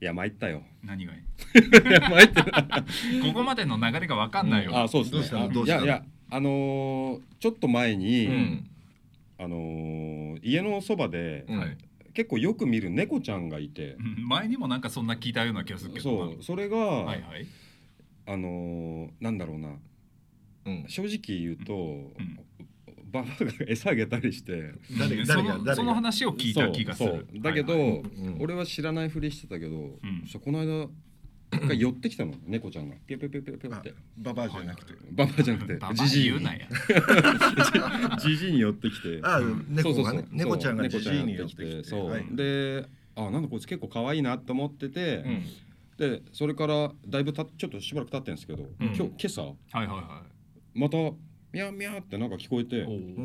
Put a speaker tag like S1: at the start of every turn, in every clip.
S1: いや参ったよ
S2: 何がいい
S1: いや参った
S2: ここまでの流れが分かんない よ、
S1: あそうです
S3: どうしたの
S1: ねあ
S3: どう
S1: い
S3: した
S1: や
S3: の
S1: いやあのーちょっと前に、
S2: うん
S1: あのー家のそばで、
S2: うん
S3: はい
S1: 結構よく見る猫ちゃんがいて
S2: う、ん前にもなんかそんな聞いたような気がするけどな
S1: そうそれが、
S2: はいはい
S1: あのーなんだろうな
S3: うん、
S1: 正直言うと、
S2: うん
S1: ババアが餌あげたりして
S3: 誰
S2: そ
S3: 誰
S2: の
S3: が誰
S2: その
S3: が
S2: 話を聞いた気がす
S1: そう
S2: る
S1: そうだけど、
S2: はいはい
S3: うん
S1: 俺は知らないふりしてたけど、
S2: ん
S1: そしたらこの間一回寄ってきたの猫ちゃんがピュピュピュピュピュって
S3: ババアじゃなくて、
S1: ババアじゃなくて
S2: ババア
S1: ジジイ
S2: 言う
S1: に
S2: なや
S1: ジジイに寄ってきて
S3: ああ猫がね
S1: そうそうそう
S3: 猫ちゃんが
S1: そう
S3: じじいに寄って
S1: 猫ちゃんが寄って
S3: きて
S1: きてそう、
S3: はい
S1: であなんだこいつ結構可愛いなと思ってて、
S2: うん
S1: でそれからだいぶたちょっとしばらく経ってんですけど、
S2: ん
S1: 今日今朝
S2: はいはいは
S1: またミャーミャーってなんか聞こえて
S2: いお
S3: う
S2: ー
S3: ん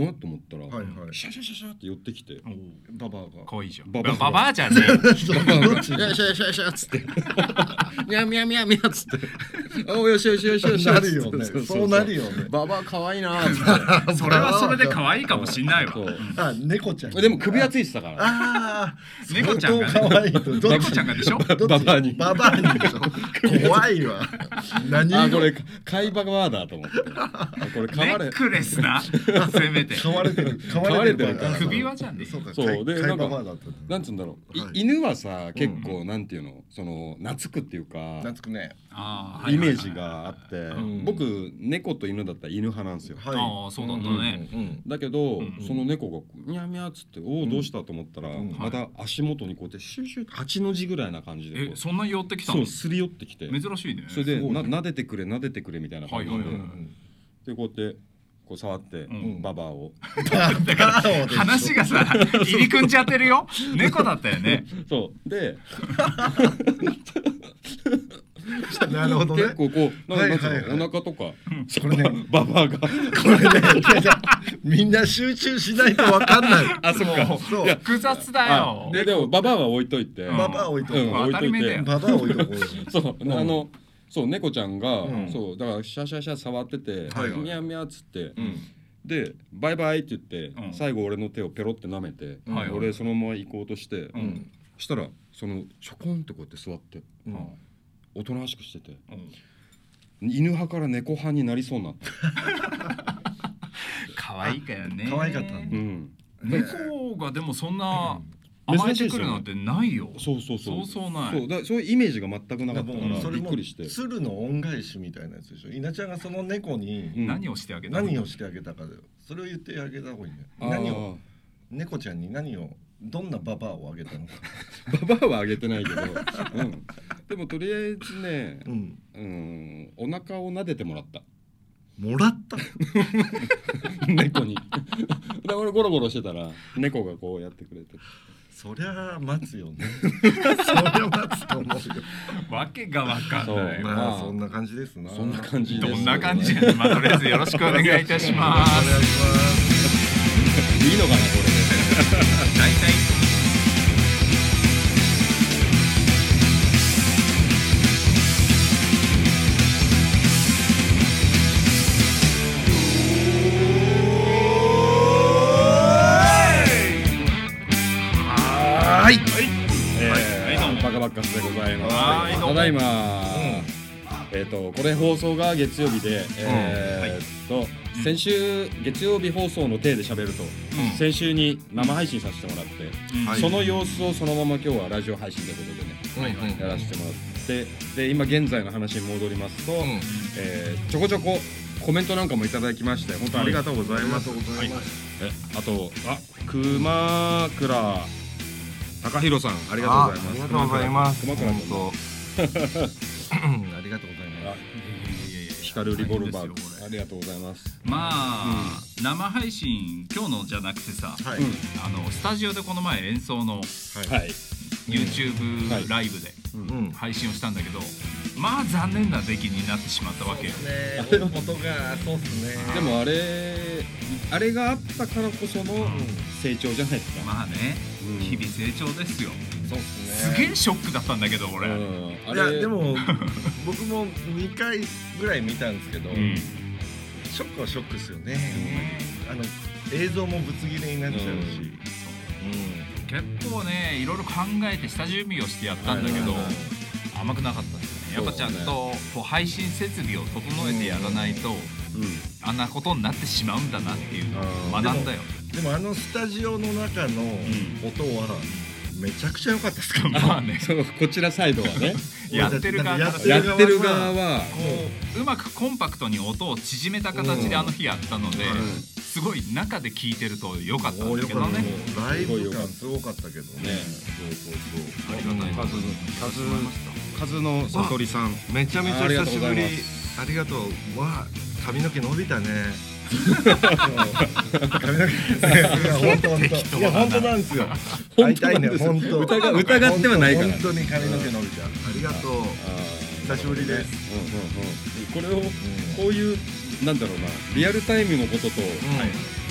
S1: うんと思ったら、
S3: うん、はいはい
S1: シャシャシャシャって寄ってきて
S2: おー
S3: ババア が
S2: かわいいじゃん
S1: バ
S2: バ
S1: バア
S2: ババアじゃね え
S1: どっちシャシャシャシャっつってミャーミャーミャーミャーっつって およしよしよしよし
S3: な るよねそうなる
S1: よ
S3: よね
S1: ババア可愛いなーっつっ
S2: それはそれで可愛いかもしんないわ
S1: そう
S3: あ猫ちゃん
S1: てでも首はついてたから
S3: ああ
S2: 猫ちゃんがね
S3: 相当可愛いとどっ
S2: 猫ちゃんがでしょ
S3: どっち
S1: ババアに
S3: ババアにでしょ怖いわ何
S1: あ
S3: が
S1: これ貝ババアだと思ってこれ
S2: ネ
S1: 噛ま
S2: ッ
S1: れ
S2: クレス なせめて
S3: 飼われてる飼
S1: われてる
S3: わ
S2: 首輪じゃねえ
S3: そうか
S1: そう
S3: 飼い
S1: で
S3: 飼い
S1: なんか
S3: ババアだったんだ
S1: なんつうんだろう、い
S3: はい
S1: 犬はさ結構なんていうのその懐くっていうか
S3: 懐くね
S2: あ
S1: イメージがあって、
S3: ん
S1: 僕猫と犬だったら犬派なんですよ、
S3: は
S2: ああそうだったね
S3: うん
S1: だけど、
S2: うん
S1: その猫がニャーニャーっつっておおどうしたと思ったら、
S3: うん
S1: また足元にこうやってシュシュ8の字ぐらいな感じでこ
S2: え
S1: う
S2: そんな寄ってきた
S1: そ
S2: の
S1: うすり寄ってきて
S2: 珍しいね
S1: それで、
S3: すごい
S1: な
S3: ね
S1: 撫でてくれ撫でてくれみたいな感じで,、
S2: はいはいはい
S1: でこうやってこう触って、
S2: ん
S1: ババアを
S2: だから話がさ入り組んじゃってるよ猫だったよね
S1: そうで
S3: なるほどね
S1: 結構こうなんかなんつうの、
S3: はいはいはい
S1: お腹とか、
S3: これね
S1: ババアが
S3: これねいやいやみんな集中しないとわかんない
S1: あそっか
S2: もう
S3: そう
S2: 複雑だ
S1: あ
S2: よ
S1: ででもババアは置いといて、
S2: ん
S3: ババア置いとこ
S1: うん
S3: う
S1: 置い
S2: 当た
S1: と
S2: り
S1: い
S2: 前だ
S1: て
S2: よ
S3: ババア置いとこ う
S1: そう、あのそう猫ちゃんが、
S3: うん
S1: そうだからシャシャシャ触ってて、
S3: はいはい
S1: ミャンミャンっつって、
S3: うん
S1: でバイバイって言って、
S2: うん
S1: 最後俺の手をペロって舐めて、
S2: はいはい
S1: 俺そのまま行こうとして、
S2: ん
S1: したらそのちょこんってこうやって座って
S3: うん
S1: おとなしくしてて
S2: うん
S1: 犬派から猫派になりそうになった、
S2: 可愛いからね
S3: 可愛かったん
S1: う
S3: だ
S1: ん、
S2: 猫がでもそんな甘えてくるなんてないよ
S1: そうそうそう
S2: そうそうない
S1: そうだそういうイメージが全くなかったか
S3: もうそ
S1: らび
S3: れ
S1: っ
S3: も
S1: くりして、
S3: 鶴の恩返しみたいなやつでしょ稲ちゃんがその猫
S1: う
S3: に
S1: ん
S2: 何をしてあげたの
S3: 何をしてあげたかだよそれを言ってあげた方がいいね
S1: あー
S3: 何を猫ちゃんに何をどんなババアをあげたの か
S1: ババアはあげてないけど、うん、でもとりあえずね
S3: う、ん
S1: うん、お腹を撫でてもらった
S3: もらった
S1: 猫に で俺ゴロゴロしてたら猫がこうやってくれて
S3: そりゃ待 つよねそりゃ待つと思うよ
S2: わけがわかんない
S1: そう
S3: まあそんな感じですな
S1: そんな感じ
S2: ど
S1: です
S2: んな感じやねまあとりあえずよろしくお願いいたしま
S3: お願い
S2: す
S3: します
S1: いいのかなこれで
S2: 大体
S3: はい
S1: え
S2: はいどう
S1: ー、
S2: も
S1: バカバッカスでございます。
S2: はいどうも
S1: ただいま、えっ、とこれ放送が月曜日で、えーっと、先週月曜日放送の体で喋ると、
S2: うん
S1: 先週に生配信させてもらって、
S3: はい
S1: その様子をそのまま今日はラジオ配信ということでね、
S2: はいはい
S1: やらせてもらって、で今現在の話に戻りますと、
S3: ん
S1: えーちょこちょこコメントなんかもいただきまして本当ありがとうございます。
S3: ざいます
S1: えあとあ熊倉高弘さんありがとうございます。熊倉君
S3: 本当ありがとうございます
S2: いやいやいや
S1: 光るリボルバー
S2: 大変ですよこ
S1: グ
S2: れ
S1: ありがとうございます
S2: まあ、生配信今日のじゃなくてさ
S3: はい、
S1: うん
S2: あのスタジオでこの前演奏の
S3: はい、
S1: いはい
S2: YouTube ライブで
S3: うん
S2: 配信をしたんだけど、まあ残念な出来になってしまったわけよ
S3: ね
S1: でも
S3: 音がそうっすね
S1: でもあれあれがあったからこその成長じゃないですか、
S2: まあね、
S1: うん
S2: 日々成長ですよ
S3: そうっす
S2: す
S3: ね
S2: げえショックだったんだけど俺、
S1: う
S2: うん
S1: んあ
S3: い
S1: れ
S3: やでも僕も2回ぐらい見たんですけど、ショックはショックですよね、あの映像もぶつ切れになっちゃうし、
S2: 結構ねいろいろ考えて下準備をしてやったんだけど、
S3: はいはいはい
S2: 甘くなかったですねやっぱちゃんと
S1: そ
S2: こう配信設備を整えてやらないと、
S1: うん
S2: あんなことになってしまうんだなっていうの
S3: う
S2: を
S3: ん
S2: 学んだよ
S3: でもあのスタジオの中の音はめちゃくちゃ良かったですから、
S2: ま あね
S1: そうこちらサイドはね
S2: やってる側
S3: や
S2: か
S3: っ
S2: ら
S3: て
S1: やってる側は
S2: こううまくコンパクトに音を縮めた形であの日やったので、
S3: う
S2: すごい中で聞いてると良かったん
S3: お
S2: だ
S3: よ
S2: け
S3: か
S2: ど
S3: った
S2: ね
S3: もうライブ感すごかったけどね
S1: ね
S3: そうそうそう
S2: ありがたい
S4: 数
S2: 数
S4: 数の悟りさんめちゃめちゃ久しぶり
S3: ありがとうわあ髪の毛伸びたね髪の毛本当本当いや本当なんですよ会
S1: 本
S3: いた
S1: 当
S3: い
S1: なん
S3: ね
S1: ですよ
S3: 本当
S1: 疑疑ってはないから
S3: 本当に髪の毛伸びたありがとう
S1: あ
S3: 久しぶりです、
S1: ーこれをこういうなんだろうなリアルタイムのことと
S3: うんはい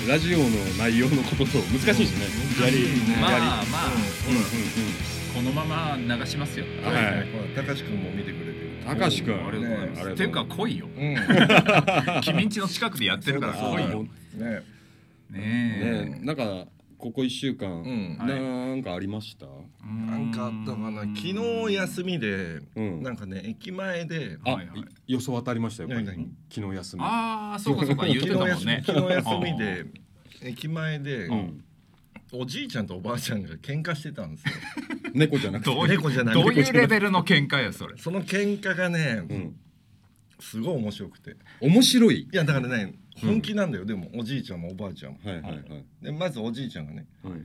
S1: ラジオの内容のことと難しいしね
S3: うん
S1: やり
S3: 難しいね
S2: まあ
S1: やり
S2: まあ、
S1: う
S2: このまま流しますよ
S1: んうんは
S3: はい
S1: い
S3: たかしくんも見てくれてる
S1: たかしくん
S2: ありがとうございます、
S1: ね
S2: っていうか濃いよ
S3: うんね
S2: 君んちの近くでやってるからす
S1: あ
S2: ごいよ
S1: ー
S2: ね
S1: ねなんかここ一週間
S3: うん
S1: なんかありました
S2: え
S3: なんかあったかな昨日休みで
S1: うん
S3: なんかね駅前で
S1: あ
S2: はいはい
S4: 予想当たりましたよこれ
S3: 何何
S4: 昨日休み
S2: ああそうかそうか言ってたも
S3: 昨
S2: ん
S3: 日休
S2: ね
S3: み昨日休みで駅前で、
S1: うん
S3: おじいちゃんとおばあちゃんが喧嘩してたんですよ。
S1: 猫じゃなくて
S2: どういう
S3: 猫じゃない
S2: どういうレベルの喧嘩やそれ
S3: その喧嘩がね、
S1: うん
S3: すごい面白くて。い
S1: 面白い
S3: やだからね本気なんだよ、でもおじいちゃんもおばあちゃんも。
S1: はいはいはい
S3: でまずおじいちゃんがね
S1: はい
S3: 「い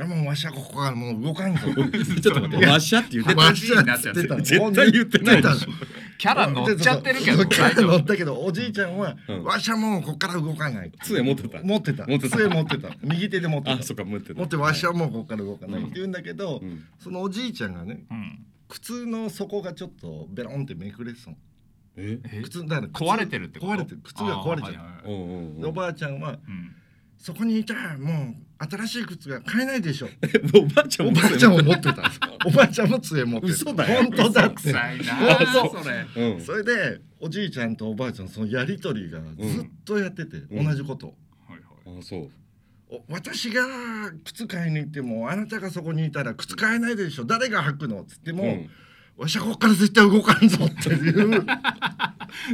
S3: やもうわしゃここからもう動かんぞ」
S1: ちょっと待ってわしゃって言って
S2: いや
S3: わしゃっつってたの
S1: 絶対言ってないでしょ
S3: 言ってたの
S2: キャラ乗っちゃってるけ ど
S3: そうキャラ乗
S2: 大
S3: っ
S2: 丈
S3: たけどおじいちゃんは
S1: うん
S3: 「わしゃもうここから動かない」
S1: 杖持ってた
S3: 持ってた
S1: 持ってた
S3: 杖持ってた右手で持ってた
S1: あそっか持ってた
S3: 持って「わしゃもうここから動かない」って言うんだけど、
S1: うん
S3: そのおじいちゃんがね
S2: 夫うん
S3: 靴の底がちょっとベロンってめくれてたの
S1: え
S2: え
S3: 靴だから靴
S2: 壊れてるってこと
S3: 壊れてる靴が壊れちゃ
S2: あーはいは
S3: う
S2: い
S1: おうおう
S3: で
S1: お
S3: お
S1: う
S3: ばあちゃんは
S2: うん
S3: 「そこにいたらもう新しい靴が買えないでしょ」
S1: おばあちゃん
S3: お
S1: も
S3: ばあちゃんも持って たんですおばあちゃんも杖持ってた
S1: 嘘だよ
S3: 本当だ って
S2: 臭いなあそれ
S1: うん
S3: それでおじいちゃんとおばあちゃんのそのやり取りがずっとやってて、
S1: ん
S3: 同じことを
S1: あそう
S3: お私が靴買いに行ってもあなたがそこにいたら靴買えないでしょ誰が履くのっつっても、
S1: うん
S3: わしはここから絶対動かんぞっていう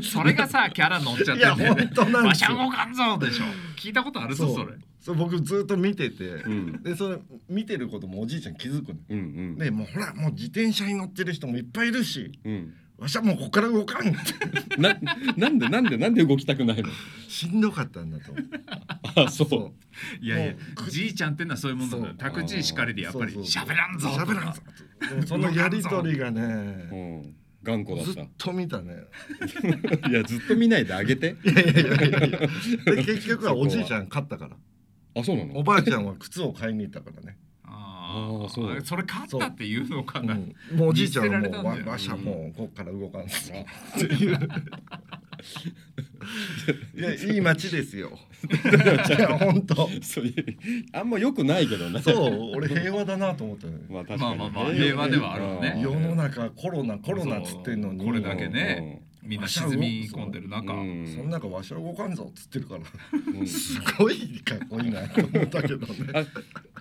S2: それがさ キャラ乗っちゃっ
S3: い
S2: て
S3: や
S2: んだよね
S3: 本当なん
S2: わ
S3: です
S2: しゃ
S3: よ
S2: 動かんぞでしょ聞いたことあるぞそれ
S3: そう僕ずっと見てて、
S1: ん
S3: でそれ見てることもおじいちゃん気づくの
S1: うんうん
S3: でもうほらもう自転車に乗ってる人もいっぱいいるし
S1: うん
S3: わしはもうここから動かんって
S1: な なんでなんでなんで動きたくないの
S3: しんどかったんだと思う
S1: あそう
S3: そう
S2: いやいや
S3: も
S2: じいちゃんってのはそういうもんだ
S3: そ
S2: よ
S3: う
S2: タクチーしかりでやっぱり
S3: そうそう
S2: 喋らんぞとか
S3: 喋らんぞでもそのやりとりが
S1: う
S3: ね
S1: ん頑固だ
S3: ず
S1: っ
S3: っと見たね
S1: た いやずっと見ないであげて
S3: いやいやいやいやいやで結局はおじいちゃん勝ったから
S1: あそうなの
S3: おばあちゃんは靴を買いに行ったからね、
S2: あ
S1: あー
S2: あ
S1: そうだ
S2: それ勝ったっていうのか
S3: う
S2: なん
S3: もうおじいちゃんはも
S2: 見捨てられた
S3: うん
S2: だ
S3: わ
S2: よ
S3: わしゃもうこっから動 かんすなっていういやいい街で すよいや本当
S1: そう いうあんま良くないけどね
S3: そう俺平和だなと思ったね
S1: まあ確かに
S2: まあまあまあ平和ではあるわね
S3: 世の中コロナコロナっつってんのに
S2: そうこれだけねみんな沈み込んでる中
S1: うん
S3: その中わしは動かんぞっつって るから
S1: うん
S3: すごいかっこいいなと思ったけどね。
S1: あ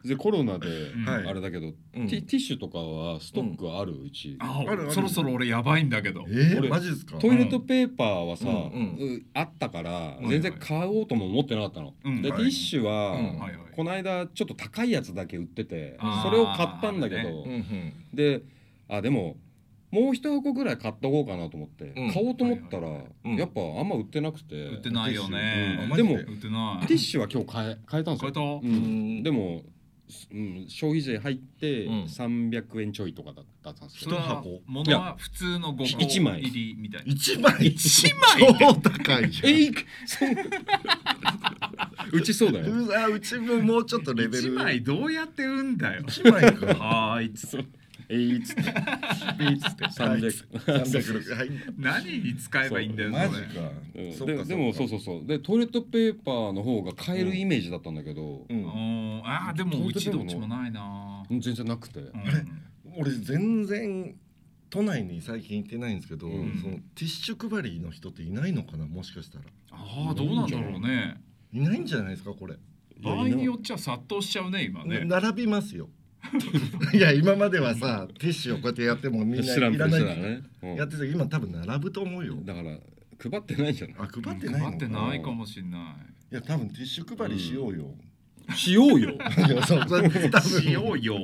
S1: でコロナで
S2: ん
S3: はい
S1: あれだけどテ
S3: うん
S1: ィティッシュとかはストックあるうち
S2: あ
S3: あるある
S2: そろそろ俺やばいんだけど
S3: えー、
S1: 俺
S3: マジですか。
S1: トイレットペーパーはさ、
S3: うんうん
S1: うあったから
S2: いはい
S1: 全然買おうとも思ってなかったの。
S2: うん
S1: で、
S3: はい
S1: ティッシュは、
S3: うん
S2: はいはい
S1: この間ちょっと高いやつだけ売ってて
S2: あー
S1: それを買ったんだけど、
S3: うんうん。
S1: であでももう一箱ぐらい買っとこうかなと思って、
S3: うん
S1: 買おうと思ったら、
S2: はいはいはい
S3: うん
S1: やっぱあんま売ってなくて
S2: 売ってないよ
S1: う
S2: ね
S1: ん
S3: マ
S1: で
S3: ジで
S1: も
S2: 売ってない
S1: ティッシュは今日買え買えたんです
S2: これ
S1: よ。
S2: と
S1: う
S3: うんん。
S1: で
S3: でも
S1: も、すうん、消費税入って
S3: うん
S1: 300円ちょいとかだったんです
S2: そ
S1: よ
S2: れ
S1: ど、
S2: はいものは普通の5個
S1: 一枚
S2: 入りみたいな
S3: 一枚
S2: 一枚
S3: 超高いじゃん。
S1: えいそううち そうだよ。
S3: うわうちももうちょっとレベル。
S2: 一枚どうやって売んだよ
S3: 一枚か。
S2: はーいつ
S1: えいっつって
S3: ビーツって
S1: 三百
S3: 三百六。はい。
S2: 何に使えばいいんだよそ
S3: マ
S2: れ
S3: ジか。そっ
S1: で
S3: か
S1: でもそう
S3: う。
S1: そうそうでトイレットペーパーの方が買えるイメージだったんだけど、
S3: う。
S2: うんんあーでもうちどっちもないな
S1: 全然なくて、
S2: うん
S3: 俺全然都内に最近行ってないんですけど、
S1: うん
S3: そのティッシュ配りの人っていないのかなもしかしたら。
S2: ああどうなんだろうね
S3: いないんじゃないですかこれ。
S1: い
S2: 場
S1: や
S2: 合によっちゃ殺到しちゃうね今ね
S3: 並びますよ。いや今まではさティッシュをこうやってやってもみんない
S1: 知らん
S3: ら
S1: ぷりし
S3: な
S1: て
S3: い
S1: たね、うん
S3: やってたけど今多分並ぶと思うよ
S1: だから配ってないんじゃな
S3: あ配ってないの
S2: 配ってないかもしんない
S3: や多分ティッシュ配りしようよ、
S1: いしようよ
S3: いやそうそう多 分
S2: い。しようよ。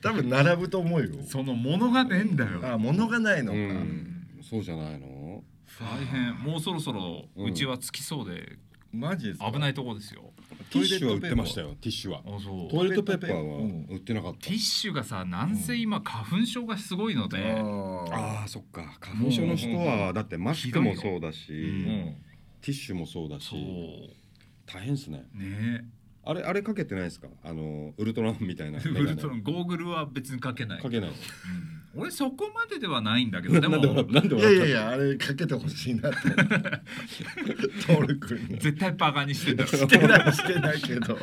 S3: 多分並ぶと思うよ
S2: そのものがねえんだよ。
S3: あ物がないの
S1: う
S3: か、
S1: んそうじゃないの
S2: 大変。もうそろそろうちはつきそうで
S3: マジですか
S2: 危ないとこですよ。
S1: ティッシュは売ってましたよティッシュは
S2: あそう。
S1: トイレットペッパー
S3: う
S1: は
S3: ん
S1: 売ってなかった
S2: ティッシュがさ、なんせ今花粉症がすごいの
S3: あ
S2: で、
S3: ー
S1: ああそっか花粉症の人はだってマスクもそうだし、
S2: ひ
S3: う
S2: どいよ
S3: ん
S1: ティッシュもそうだし
S2: そう
S1: 大変ですね
S2: ね。
S1: あれあれかけてないですかあのウルトラマンみたいな
S2: ウ
S1: メガネ
S2: ルトラゴーグルは別にかけない。
S1: かけない
S2: うん俺そこまでではないんだけど、で
S1: なんで笑
S2: も
S1: うなんで
S3: いやい
S1: 笑
S3: や
S1: っ
S3: いやあれかけてほしいなと思ってトール君に
S2: 絶対バカにしてた。
S3: してないしてないけどか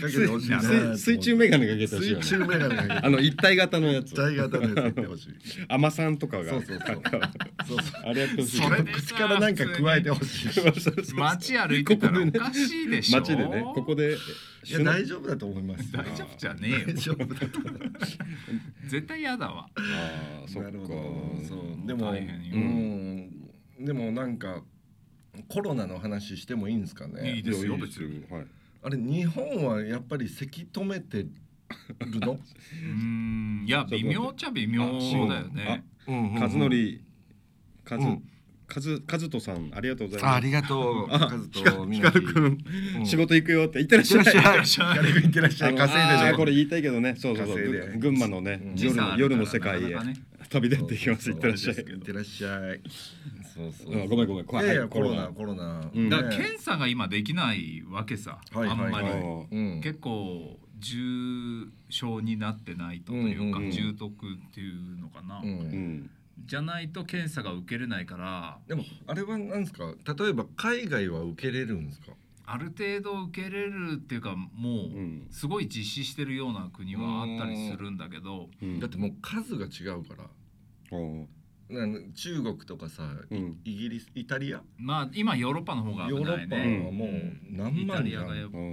S3: けてほしいな
S1: た
S3: と
S1: 水
S3: 思って
S1: 水中メガネかけてほしいよ
S3: 水
S1: ね
S3: 中メガネが
S1: あの一体型のやつ
S3: 大型のやつやってほしい
S1: アマさんとかが
S3: そうそうそうそうそう
S1: あれやってほしい
S2: それで
S3: 口からなんか加えてほしいい
S2: 街歩いてたらおかしいでしょ。
S1: 街でねここで
S3: や大丈夫だと思います
S2: 大丈夫じゃねえ
S3: 大
S2: よ。
S3: 丈夫だと思いま
S2: 絶対嫌だわ。
S1: ああ
S3: す
S1: そっ
S3: な
S1: か
S3: るほどそうでも
S2: 大変よ
S3: うんでもなんかコロナの話してもいいんですか
S2: い
S3: ね
S2: いですよ
S1: いやいいですよはい
S3: あれ日本はやっぱりせき止めてるの
S2: うーん、いや微妙っちゃ微妙だよね。
S4: うんうん
S1: 和則和
S4: うん
S1: 和和人さんありがとうござい
S4: あ
S1: ま
S4: あ
S1: す
S4: りがとう。
S1: あ
S4: カズとみな
S1: 光
S4: き。
S1: くん
S4: うん
S1: 仕事行くよって言ってらっしゃい
S4: いらっしゃい
S3: 軽くいってらっしゃい稼い
S1: あ
S3: で
S1: ーこ
S3: る
S1: れ言いたいけどねそうそうそう
S3: 稼いで
S1: ぐ群馬のね
S3: うん
S1: 夜の夜の世界
S2: 時
S1: へ
S2: 差あるからなかなかね
S1: 旅立っていきます行ってらっしゃい
S3: いってらっしゃいそうそう
S1: あごめんごめん
S3: いやいや
S1: はい
S3: コロナコロナ
S1: うん
S2: だから
S3: ね
S2: 検査が今できないわけさ。
S3: はい
S2: あんま
S1: あ
S2: り
S3: は。
S1: ー
S3: うん
S2: 結構重症になってないとというか、
S1: うんうんうん
S2: 重篤っていうのかな、
S3: うん
S1: うん
S2: じゃないと検査が受けれないから
S3: でもあれはなんですか例えば海外は受けれるんですか
S2: ある程度受けれるっていうかも
S1: う
S2: うんすごい実施してるような国はあったりするんだけど、
S1: うん
S3: だってもう数が違うから
S1: あー
S3: なん中国とかさ、い
S1: うん
S3: イギリスイタリア
S2: まあ今ヨーロッパの方が
S3: ヨ
S2: 危
S3: ーロ
S2: ない
S3: ッパ
S2: ね。
S3: はもう何
S2: イタ
S3: 万
S2: リ
S3: じ
S2: ア
S3: ゃん
S2: がやっぱ
S1: うんう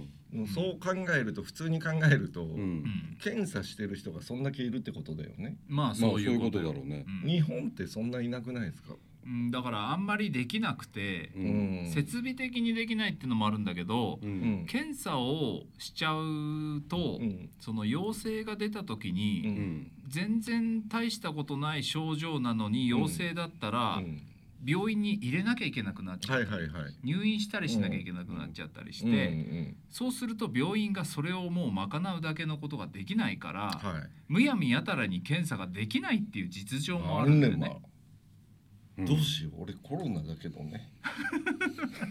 S1: ん
S3: もうそう考えると普通に考えると、
S1: うんう
S2: うんん
S3: 検査してる人がそんだけいるってことだよね、
S2: まあ
S1: まあそ
S2: そう
S1: う
S2: い
S1: いうう
S2: こ
S1: ことと
S2: だ
S1: だ
S2: ろ
S1: ろ
S2: う
S1: うね
S3: 日本ってそんないなくないですか、
S2: うん、だからあんまりできなくて、
S1: う
S3: うん
S2: 設備的にできないっていうのもあるんだけど、
S1: う
S3: うんん
S2: 検査をしちゃうと、
S3: うん
S2: その陽性が出た時
S1: う
S2: に、
S1: ん
S2: 全然大したことない症状なのに陽性だったら、
S3: うん
S2: 病院に入れなきゃいけなくなっちゃ
S3: は
S2: う、
S3: いはいはい
S2: 入院したりしなきゃいけなくなっちゃったりして、
S3: うんうん、
S2: そうすると病院がそれをもう賄うだけのことができないから、
S3: はい
S2: むやみやたらに検査ができないっていう実情もあ
S3: あ
S2: る
S3: る
S2: んだ
S3: ね
S2: よ
S3: まあ
S2: ね。
S1: うん
S3: どうしよう俺コロナだけどね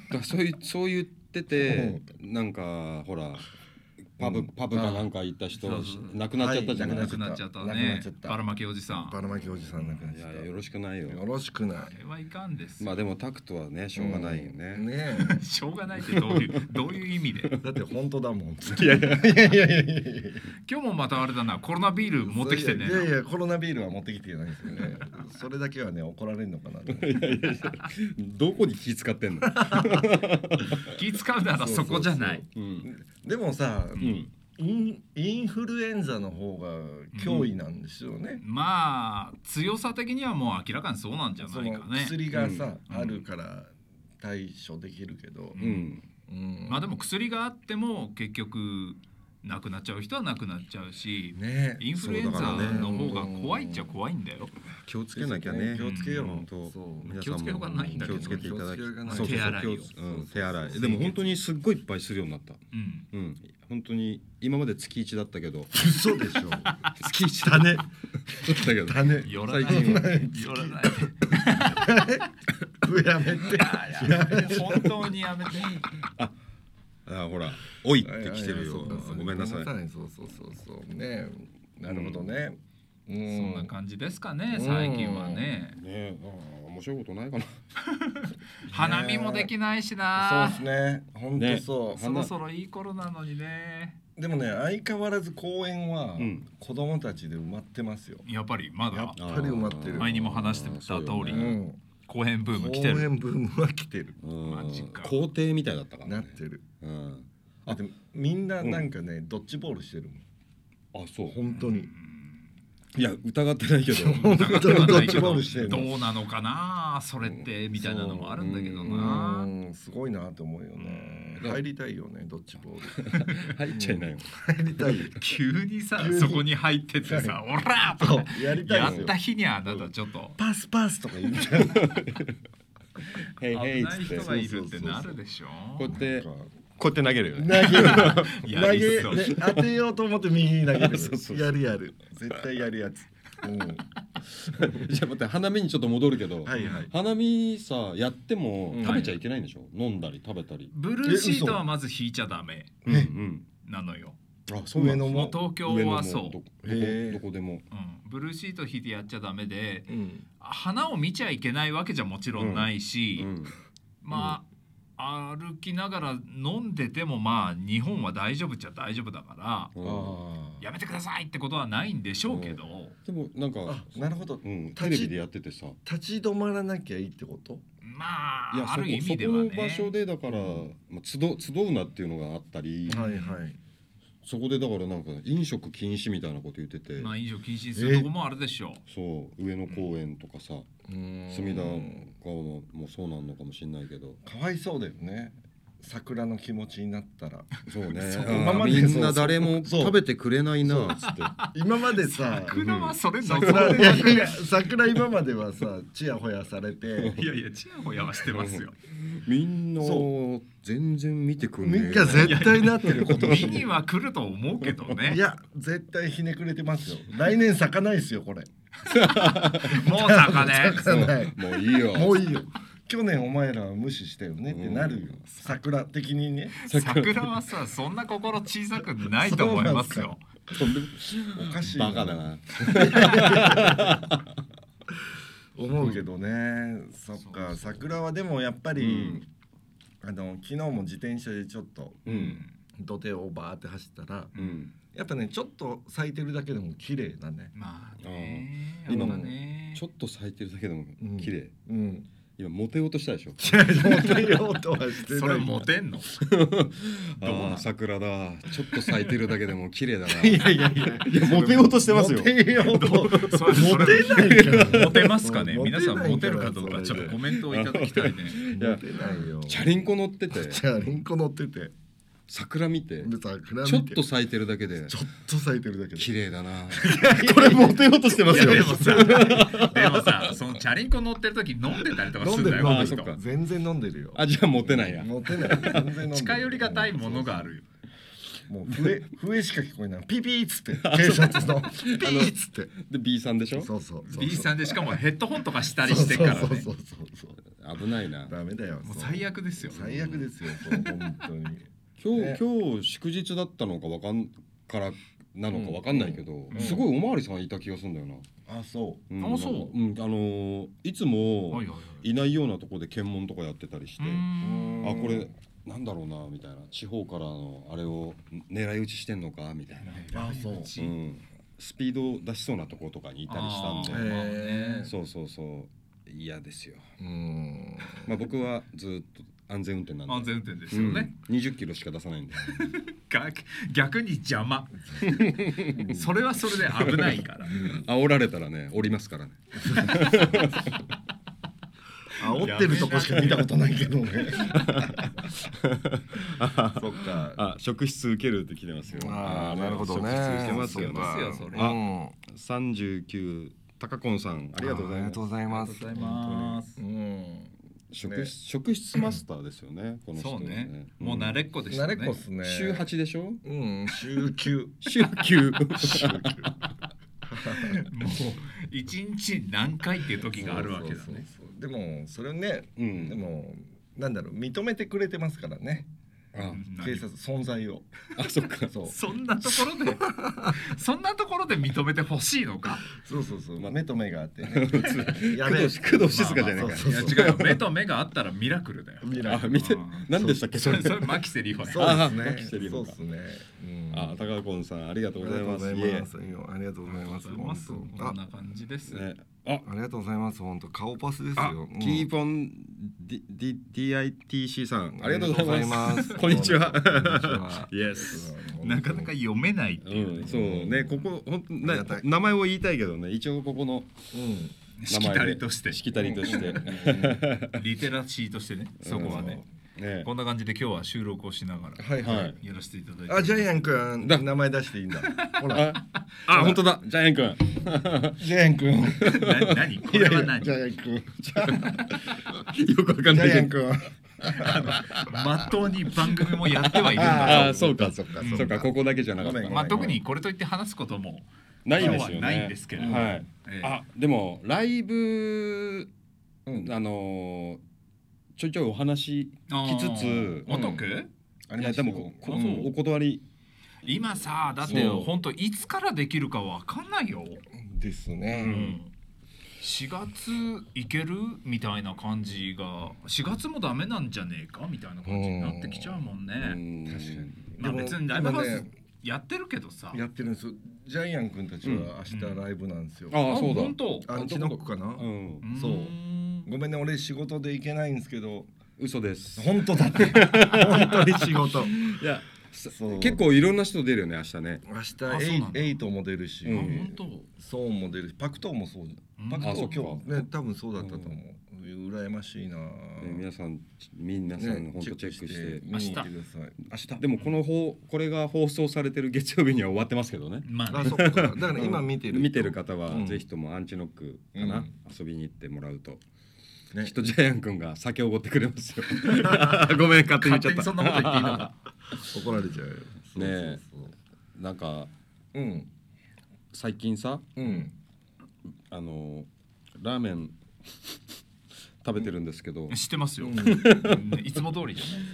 S1: だそういうそう言っててなんかほらパブ、
S3: うん
S1: パブかなんか行った人
S2: そうそう
S1: 亡くなっちゃったじゃない、
S3: は
S2: ないくなっちゃった
S3: なくな
S2: ね
S3: っちゃった
S2: ばらまきおじさん
S3: ばらまきおじさんなくなっ
S1: い
S3: ちゃっ
S1: や
S3: た
S1: よろしくないよ
S3: よろしくない
S2: あれはいかんですよ
S1: まあでもタクトはねしょうがないよね、
S3: ね
S2: しょうがないってどういう どういう意味で
S3: えだって本当だもんいやいやいやいやいやいや
S2: 今日もまたあれだなコロナビール持ってきてね
S3: いやいやコロナビールは持ってきてないですよねそれだけはね怒られるのかなと思って
S1: どこに気使ってんの、
S2: 気使う ならそこじゃない
S1: うん
S3: でもさ
S1: うん、
S3: インインフルエンザの方が脅威なんですよね、
S2: まあ強さ的にはもう明らかにそうなんじゃ
S3: そ
S2: ない
S3: の
S2: かね
S3: 薬がさ、
S2: うん
S3: あるから対処できるけど、
S1: うん、
S3: うん
S2: まあでも薬があっても結局亡くなっちゃう人は亡くなっちゃうし
S3: ね
S2: インフルエンザの方が怖いっちゃ怖いんだよ
S4: 気をつけなきゃね。
S3: 気をつけよう
S4: 本当
S3: そう
S4: 皆
S2: 気を
S4: さん
S2: つけようが
S4: も
S2: ないんだ
S4: 気
S2: け
S4: を
S2: ど
S4: つけていただき
S3: 気をつけようがない
S4: そうそう
S2: 手洗いよ
S4: 気をつうん手洗い。でも本当にすっごいいっぱいするようになった。
S2: うん
S1: うん、本当に今まで月一だったけど、
S3: 嘘でし ょ月一だね
S1: だったけど、
S3: だね
S2: 寄らない
S1: 最近は
S2: 寄らない
S3: やめて
S2: あやめて本当にやめて
S1: あほら、おいって来てるよ
S3: いやいやそう。
S1: ごめんなさい。
S3: そうそうそうそうねなるほどね、うん
S2: そんな感じですかね最近はね
S1: ねえ、あ面白いことないかな。
S2: 花見もできないし
S3: そう
S2: な
S3: ですね本当そう、
S2: そろそろいい頃なのにね
S3: でもね相変わらず公園は
S1: うん
S3: 子供たちで埋まってますよ、
S2: やっぱりまだ
S3: やっぱり埋まってる
S2: 前にも話してた通り
S3: う、
S2: うん公園ブーム
S3: 公
S2: 来てる
S3: 園ブームは来てる
S1: マ
S2: マジか
S1: 皇帝みたいだったから、ね。
S3: なってる
S1: うん。
S3: あでもみんななんかね、ドッジボールしてるもん
S1: あそう
S3: 本当に
S1: いや疑ってないけど
S3: 本当にドッジボールしてる
S2: どうなのかなそれってみたいなのもあるんだけどな
S3: うんすごいなと思うよね
S1: うん
S3: 入りたいよねドッジボール
S1: 入っちゃいないもん
S3: 入りたいよ
S2: 急にさ
S3: 急に
S2: そこに入ってってさ「オラ!」と
S3: そ
S2: か
S3: うやりた
S2: や
S3: いです
S2: っ
S3: よ
S2: た日にはあなたちょっと
S3: パスパスとか言って
S1: 「へい
S2: 危
S1: へい」
S2: な
S1: っつ
S2: い
S1: って
S2: 人
S1: こ
S2: がいるってなるでしょ
S1: うやって
S4: こうやって投げるよ
S3: 投
S4: ね。
S3: げる
S2: やり
S3: 投
S2: そう
S3: げ、ね、当てようと思って右に投げる
S1: そうそう
S3: やるやる絶対やるやつ、うん、は
S1: じゃあ待って花見にちょっと戻るけど、
S3: いはい
S1: 花見さやっても
S3: うん
S1: 食べちゃいけないんでしょ、飲んだり食べたり、
S2: ブルーシートはまず引いちゃダメ
S1: うんうん、
S2: なのよ、
S1: あそうな
S3: 上
S1: んだ
S3: 野
S2: もう
S3: も、
S2: 東京
S1: 上野も
S2: はそ
S1: ど
S2: う、
S1: こ
S3: へえ
S1: どこでも
S2: うん、ブルーシート引いてやっちゃダメで
S3: うん、
S2: 花を見ちゃいけないわけじゃもちろんないし、
S1: うん
S2: まあ、歩きながら飲んでてもまあ日本は大丈夫っちゃ大丈夫だから
S1: うん
S3: あ
S2: やめてくださいってことはないんでしょうけど、
S1: でもなん
S3: ー
S1: か
S3: あ、なるほど
S1: うん、
S3: 立ち
S1: テレビでやっててさ
S3: 立ち止まらなきゃいいってこと
S2: ま
S1: いや
S2: ああ
S1: そこ
S2: る意
S1: そこ
S2: 味では
S1: の
S2: ね
S1: 場所でだから、まあ、集う集うなっていうのがあったり、
S3: はいはい
S1: そこでだからなんか飲食禁止みたいなこと言ってて、
S2: まあ飲食禁止にするとこもあるでしょう、
S1: そう上野公園とかさ、隅
S3: 隅
S1: 田川もそうなんのかもしれないけど
S3: かわいそうだよね桜の気持ちになったら
S1: そうね
S3: そ
S1: あ
S3: のま
S1: ー
S3: まで
S1: みん
S3: そ
S1: な
S3: う
S1: 誰も
S3: そう
S1: 食べてくれないなっつって
S3: 今までさ
S2: 桜はそれ望 んでな
S3: 桜
S2: い
S3: いやいや桜今まではさちやほやされて
S2: いやいやちやほやはしてますよ
S1: みんな
S3: そ
S1: 全然見てくん
S3: み
S1: ねえ
S3: んな絶対なってること
S2: 見には来ると思うけどね
S3: いや絶対ひねくれてますよ来年咲かないですよこれ
S2: もうなんかね
S3: 咲かない
S1: もういいよ
S3: もういいよ去年お前らは無視したよねってなるよ桜的にね
S2: 桜はさそんな心小さくないと思いますよ
S1: とんでも
S3: おかしいよ
S1: バカだな
S3: 思うけどねそっ
S2: そうそ
S3: か
S2: う
S3: 桜はでもやっぱりあの昨日も自転車でちょっと
S1: うん
S3: 土手をバーって走ったら
S1: うん
S3: やっぱねちょっと咲いてるだけでも綺麗だね
S2: まあね
S1: あー今も
S2: やっぱね
S1: ちょっと咲いてるだけでも
S3: うん
S1: 綺麗、
S3: うん
S1: 今モテようとしたでしょ
S3: 違うモテようとはしてない
S2: それモテんのどうな
S1: あ
S2: ん
S1: あ桜だちょっと咲いてるだけでも綺麗だな
S3: いやいやいや
S1: モテようとしてますよ
S3: モテようと
S2: それそれ
S3: モテないから
S2: モテますかね
S3: モテな
S2: 皆
S3: い
S2: さ
S3: ら
S2: んモテるかどうかち
S3: そ
S2: ょっ
S3: れ
S2: とコメントをいただきたいね
S1: いや
S3: モテないよ
S1: チャリンコ乗って て
S3: チャリンコ乗ってて
S1: 桜見て
S3: で桜見て
S1: ちょっと咲いてるだけで
S3: ちょっと咲いてるだけで
S1: 綺麗だな
S4: これモテようとしてま
S2: い
S4: すよ
S2: やで。もさでもさそのチャリンコ乗ってる時飲んでたりとかす
S3: 飲ん
S2: るん
S3: で
S2: だ
S3: る
S2: よこの
S3: 飲んで
S2: 人
S1: あそっ
S3: る全然飲んでるよ
S1: あじゃあモテないや
S3: モテない全然飲んでる
S2: 近寄りがたいものがあるよ
S3: もう笛笛しか聞こえないピピーっつって警察のピーっつって
S1: で B さんでしょ
S3: そうそうそう
S2: B さんでしかもヘッドホンとかした
S3: た
S2: りしてから
S3: そう
S2: ね
S3: そうそうそうそう
S1: 危ないな
S3: ダメだよ
S2: もう
S3: そう
S2: 最悪ですよ
S3: 最悪ですよそう本当に
S1: 今日、
S3: ね
S1: 今日祝日だったのかわかんからなのかわかんないけど、
S3: ん
S1: すごいおまわりさんいた気がするんだよな、
S3: あそ
S1: うん
S2: あそう
S1: なんかうんあのーいつも
S2: はいはいはい
S1: ないようなとこで検問とかやってたりして、
S2: いうん
S1: あこれなんだろうなみたいな地方からのあれを狙い撃ちしてんのかみたいな、
S3: あそう
S1: う
S2: い
S1: ん、スピード出しそうなとことかにいたりしたんで、
S3: へー
S1: そうそうそう嫌ですよ、
S3: ううーん
S1: まあ、僕はずっと安全運転なんで
S2: 安全運転ですよね、
S1: うん、20キロしか出さないんで
S2: が逆に邪魔それはそれで危ないから
S1: 煽られたらね降りますからね
S3: 煽ってるとこしか見たことないけ どねそっか
S1: あ、職質受けるって来てますよ。
S3: あー
S1: ー
S3: なるほどね
S1: 職質受けますよね。
S2: そうですよそれ
S1: あ
S3: うん
S1: 三十九、タカコンさん、ありがとうございます。
S3: ございま
S2: ありがとうございます
S3: うん
S1: 職
S3: ね
S1: 質、職質マスターですよね。この人
S2: そうね、
S1: ん
S2: もう慣れっこでした
S3: 慣れ
S2: ね
S3: っこっすね
S1: 週八でしょ
S3: うん週休
S1: 週九。
S3: 週休
S2: もう一日何回っていう時があるわけだ
S3: そうそう
S2: ね
S3: そうそうでもそれね、
S1: うん
S3: でもなんだろう認めてくれてますからね
S1: あ、
S3: 警
S2: 何
S3: 察存在を
S1: あ、そっか。
S3: そう
S2: そんなところで そんなところで認めてほしいのか
S3: そうそうそう、
S1: ま
S3: 目と目があってねや
S1: 工
S3: べえ
S1: 藤し、工藤静香じゃない
S3: まあま
S1: か
S3: あ。
S2: いや違うよ目と目があったらミラクルだよ
S3: 未来
S1: あ、見て
S2: うん、
S1: 何でしたっけ、そ
S2: そ
S1: れ
S2: れ。それマキセリホや
S3: そう
S1: あー
S3: で
S1: 来
S3: す
S1: てる
S3: ね
S1: よ
S3: そうですね、うん
S1: あ、タカコンさん、ありがとうございます。
S5: ありがとうございます。いやありがとうございます。
S2: ますこ
S5: 本
S2: ん
S5: 当あ、
S2: な感じです、
S1: いえね、あ。
S5: ありがとうございます。本当顔パスです
S1: あ
S5: よ。うん、
S1: キーポン D D D I T C さんありがとうござい
S5: あ
S1: ます。
S5: りがとうございます
S1: ここんにちは。 イエ
S3: う
S1: ス。
S3: ん
S2: なかなか読めないって
S1: う
S2: いう、
S1: ん、そうね、ここ、ほん、な
S5: りがたい
S1: 名前を言いたいけどね、一応ここの
S3: うん
S1: 名
S2: し
S1: 前
S2: き
S1: で。
S2: たりとして
S1: しきたりとして。
S2: リテラシーとしてねそこはね、
S1: ね。
S2: こんな感じで今日は収録をしながら
S3: はいは
S1: はいい。
S2: やらせていただいて
S3: あジャイアン君
S1: だ
S3: 名前出していいんだ。ほら
S1: あ、あ、本当だ、ジャイアン君。
S3: ジャイアン君。
S2: な 何これは何
S3: ジャイアン君。ジ
S1: よくわかんな
S3: ャ
S1: い
S3: イア
S1: け
S3: ン
S1: ど。
S3: 君。
S2: まっとうに番組もやってはいるんだ
S1: ああ、そうか、
S3: そっか
S1: そ
S3: そ
S1: っ
S3: っ
S1: か、
S3: か
S1: ここだけじゃなかっ
S3: ごめ
S1: た
S3: んご。めん
S2: まあ特にこれといって話すことも
S1: ないんですよね。
S2: 今日はないんですけれども
S1: はい
S2: ええ。
S1: あ、でもライブ
S3: うん
S1: あのーちょいちょいお話聞きつつ、
S2: お得、
S1: いやでもここ
S2: あそう
S1: お断り
S2: 今さだって
S1: そう
S2: 本当いつからできるかわかんないよ、
S3: ですね。
S2: うん4月いけるみたいな感じが4月もダメなんじゃねえかみたいな感じになってきちゃうもん
S1: う
S2: ね、
S1: ん
S3: 確かに
S2: まあ
S3: でも
S2: 別にライブハウ
S3: 今
S2: ス
S3: ね
S2: やってるけどさ、
S3: やってるんですよ。ジャイアン君たちは明日ライブなんですよ。
S1: ああそうだ
S2: 本当
S3: あっちの子かな。
S1: うん
S3: そう
S2: ーん
S3: ごめんね俺仕事で行けないんですけど。
S1: 嘘です
S3: 本当だって。本当に仕事。
S1: いや
S3: そう
S1: 結構いろんな人出るよね明日ね
S3: 明
S2: あそうなん
S3: 日
S2: だ
S3: エイエイトも出るし、
S1: う
S2: あ
S1: ん
S2: 本当
S3: ソーンも出るし、パクトーもそう。
S2: ん
S3: パクト
S1: あそっか
S3: ー今日ね多分そうだったと思う。羨ましいな。
S1: ね皆さん皆さん本当チェックして
S3: 見に行ってください。明日。
S1: でもこの放これが放送されてる月曜日には終わってますけどね
S2: まあ
S3: あ
S2: ね
S3: そっか。だから今見てる人。
S1: 見てる方は
S3: うん
S1: ぜひともアンチノックかな、
S3: うん
S1: 遊びに行ってもらうと、
S3: ね
S1: きっとジャイアン君が酒おごってくれますよ ごめん勝手に言っ
S2: 勝
S1: ちゃ
S2: 手
S1: っ
S2: に
S1: た
S2: そんなこと言っていいのか
S3: 怒られちゃうよ。そう
S1: ねえ
S3: そうそう
S1: なんか
S3: うん
S1: 最近さ
S3: うん。
S1: あのラーメン食べてるんですけど、
S2: 知ってますよ、
S3: う
S2: うんんいつも通りじゃない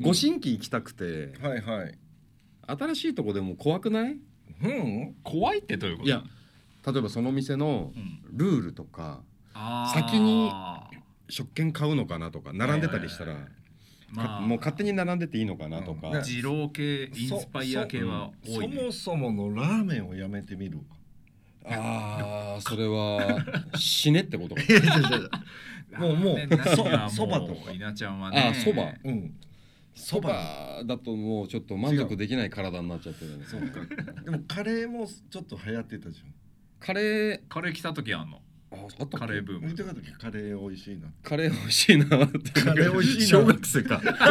S1: ご新規行きたくて
S3: はいはい。
S1: 新しいとこでも怖くない
S3: うん。
S2: 怖いってどういうこと
S1: いや例えばその店の
S2: うん
S1: ルールとか
S2: あー
S1: 先に食券買うのかなとか並んでたりしたら、
S2: まあ、
S1: もう勝手に並んでていいのかなとか、
S3: うんね
S2: 二郎系インスパイア系は
S3: そ
S2: 多い、ね、
S3: そもそものラーメンをやめてみる。
S1: ああそれは死ねってことか
S3: いやいやいやいやもうもう
S2: ラーメンなしはもう
S3: そそばとか
S2: 稲ちゃんは
S1: あ
S2: ね
S1: そば
S3: うん。
S1: そばだともうちょっと満足できない体になっちゃってるね
S3: でもカレーもちょっと流行ってたじ
S1: カレー
S2: カレー来た時あんの
S1: ああったっけ
S2: カレーブ
S3: ゃん。
S2: ー
S3: 見
S2: ム
S3: てた時カレー美味しいな。
S1: カレー美味しいなって
S3: カレー美味しいな
S1: 小学生かか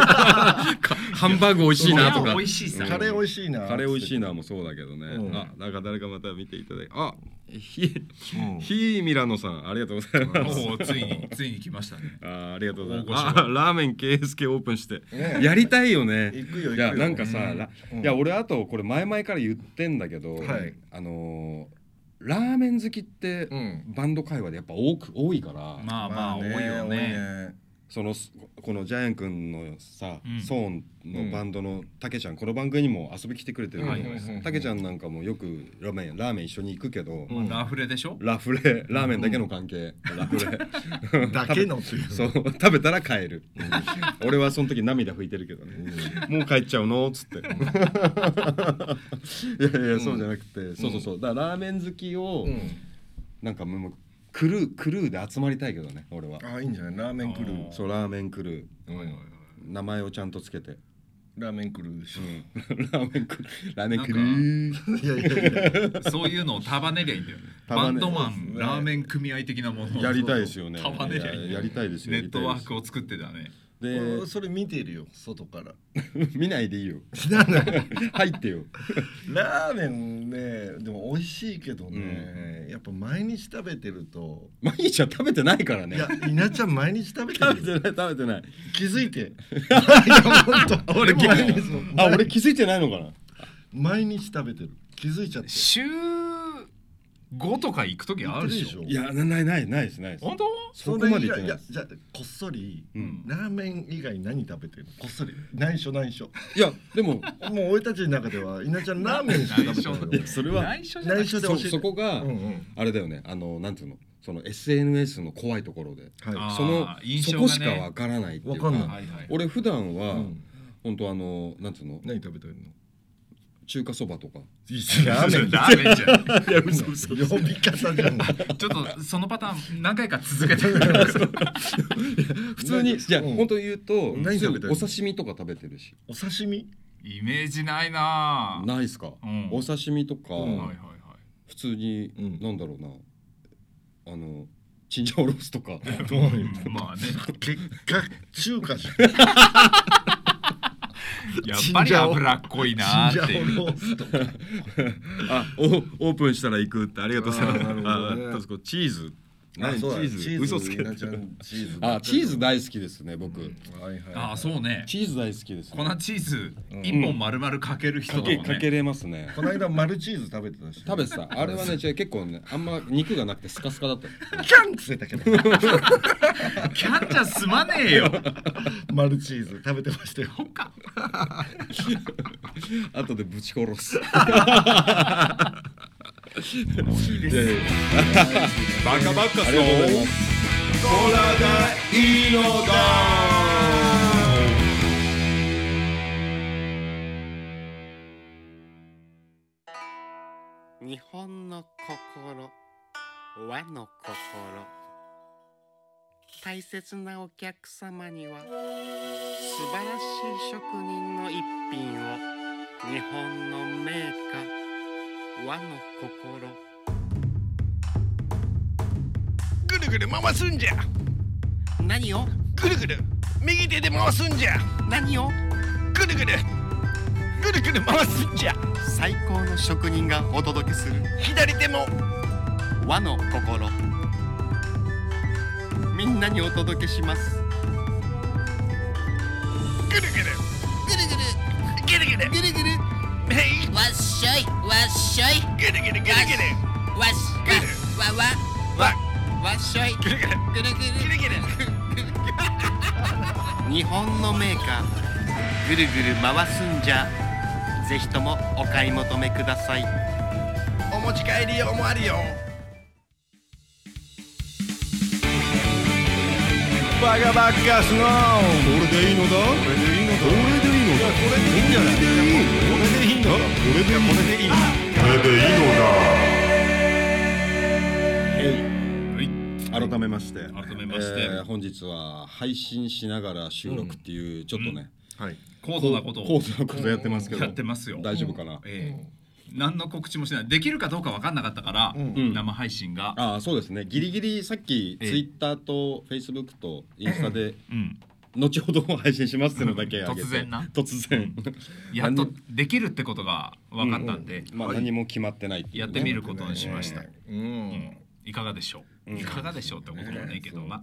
S1: ハンバーグ美味しいなと
S2: いや
S1: か
S2: 美味しいさ、
S3: カレー美味しいな。
S1: カレー美味しい
S3: な。
S1: なもそうだけどね、
S3: うん
S1: あなんか誰かまた見ていただいてあひ
S5: うん
S1: ひミラノさんありがとうございます
S2: もうついについに来まし たね
S1: あーありがとうござい
S2: 大御所
S1: ますあーラーメン KSK オープンして
S3: ね
S1: やりたいよね
S3: 行くよ
S1: いや
S3: 行くよ
S1: なんかさ、ら
S3: うん
S1: いや俺あとこれ前々から言ってんだけど、
S3: はい
S1: あのーラーメン好きって、
S3: うん。
S1: バンド界隈でやっぱ多く多いから、
S2: まあまあ多いよね。
S1: そのすこのジャイアン君のさ、
S2: うん
S1: ソーンのバンドのたけちゃんこの番組にも遊び来てくれてる
S2: はい
S1: け
S2: はい
S1: どたけちゃんなんかもよくラーメンラーメン一緒に行くけど、
S3: うん
S2: ラフレでしょ
S1: ラフレラーメンだけの関係、ラフレ
S3: だけのっていう。
S1: そう食べたら帰る俺はその時涙拭いてるけどねもう帰っちゃうのっつって いやいやそうじゃなくて、そうそうそうだからラーメン好きを、
S3: うん。
S1: なんかもうクルークルーで集まりたいけどね俺は
S3: あいいんじゃない。ラーメンクルー。
S1: そうラーメンクルー
S3: うん
S1: 名前をちゃんとつけて、
S3: ラーメンクルーし。
S1: ラーメンクルーラーメンクルー
S3: いやいやいや。
S2: そういうのを束ねりゃいいんだよ。
S1: 束
S2: バ
S1: ね
S2: ンドマ
S3: そうで
S2: ン、
S3: すね
S2: ラーメン組合的なものを
S1: やりたいですよね
S2: 束ねりゃいいん
S1: いや
S2: だよ
S1: やりたいですよ
S2: ネ
S1: やり
S2: ッ
S1: たい
S2: ト
S1: です
S2: ワークを作ってたね。
S1: で
S3: 俺それ見てるよ外から
S1: 見ないでいいよ
S3: なんだよ
S1: 入ってよ
S3: ラーメンねでも美味しいけどね、やっぱ毎日食べてると
S1: 毎日は食べてないから
S3: い
S1: ね
S3: や稲ちゃん毎日食べて
S1: 食べ
S3: る
S1: て な
S3: よ
S1: い食べてない
S3: 気づいていや本当
S1: 俺
S2: でも
S1: 逆にあ俺気づいてないのかな
S3: 毎日食べてる気づいちゃって
S2: 週5とか行く時あるでしょ。
S1: いやなないないないですないです
S2: 本当
S1: そこまでい
S3: や
S1: け
S3: い
S1: な
S3: や
S1: い
S3: じゃあこっそり、
S1: うん
S3: ラーメン以外何食べてるのこっそり内緒内緒
S1: いやでも
S3: もう俺たちの中では稲ちゃんラーメンしか食べて
S1: い
S3: る
S1: やそれは
S2: 内緒じゃな
S3: 内
S2: い
S3: 緒で教
S1: そ
S3: えて
S1: そこが
S3: うんうん
S1: あれだよねあのなんていうのその SNS の怖いところで
S3: は
S2: あー
S1: その
S2: 印
S1: そ
S2: 象
S1: こ
S2: がね
S1: しかわからないっていう
S3: わかんな
S2: はいはい。
S1: 俺普段は
S3: うん
S1: 本当あのなんていうの
S3: い何食べてるの
S1: 中華そばとか。
S3: ラーメン
S2: ラーメンじゃな い
S1: いや嘘嘘
S3: 呼び方じゃない。
S2: ちょっとそのパターン何回か続けて
S1: 普通にじゃあ、
S3: うん
S1: 本当言うと
S3: 何食べてる
S1: お刺身とか食べてるし。
S3: お刺身
S2: イメージないなぁ
S1: ないっすか、
S2: うん
S1: お刺身とか、
S3: うん
S2: はいはいはい
S1: 普通に、
S3: うん
S1: なんだろうなあのチンジャオロースと か
S3: どういう
S2: うんまあね
S3: 結果中華じゃん。
S2: やっぱり脂っこいな
S3: チン
S2: ーって
S3: ジャ
S2: いう
S3: オロースとか。
S4: あおオープンしたら行くってありがとうございます
S5: あーなるほどね
S4: あトスコチーズ何
S3: あ
S4: チ
S3: そうだ
S4: ーズ嘘つけ
S3: 稲ちゃんチーズ
S1: あチーズ。大好きですね僕、
S3: はいはい。
S2: ああそうね
S1: チーズ大好きです、ね、
S2: 粉チーズ一本丸々かける人だ
S1: か
S2: もんね
S1: けかけれますね
S3: この間マルチーズ食べてたし。
S1: 食べてたあれはね違う結構ねあんま肉がなくてスカスカだった
S3: キャンって言ってたけど。
S2: キャッチャーすまねえよ
S3: マルチーズ食べてましたよ。
S2: ほか
S1: 後でぶち殺す
S2: いいですね
S4: バカバカ
S1: ありがとうございます
S4: いいのだ
S6: 日本の心和の心大切なお客様には素晴らしい職人の一品を日本の名家和の心
S7: ぐるぐる回すんじゃ
S6: 何を
S7: ぐるぐる右手で回すんじゃ
S6: 何を
S7: ぐるぐるぐるぐる回すんじゃ
S6: 最高の職人がお届けする
S7: 左手も
S6: 和の心みんなにお届けします
S7: ぐるぐるぐるぐるぐるぐるはい
S6: わっしょいわっしょい
S7: ぐるぐるぐるぐる
S6: わっしわわ
S7: わ
S6: わっしょい
S7: ぐるぐる
S6: ぐるぐる
S7: ぐるぐる
S6: 日本のメーカーぐるぐる回すんじゃぜひともお買い求めください
S7: お持ち帰り用もあるよ
S4: バカバカスのこれでいいのだこれでいいのだこれでいいのだこれでいいんじゃないこれでいいのだこれでいいのだこれでいいのだ改めまして
S2: 改めまして、
S1: えー本日は配信しながら収録っていう、ちょっとね、
S2: 高度なことを
S1: 高度なことやってますけど
S2: やってますよ
S1: 大丈夫かな、
S2: ええ何の告知もしないできるかどうか分かんなかったから、
S1: ん
S2: 生配信が、
S1: ああそうですねギリギリさっき
S2: ええ
S1: ツイッターとフェイスブックとインスタで
S2: うん、
S1: 後ほども配信しますってのだけ上げて
S2: 突然な
S1: 突然
S2: やっとできるってことが分かったんで、
S1: まあ何も決まってないっていう
S2: やってみることにしました、
S3: うん。
S2: いかがでしょう、いかがでしょうってこともないけど、まあ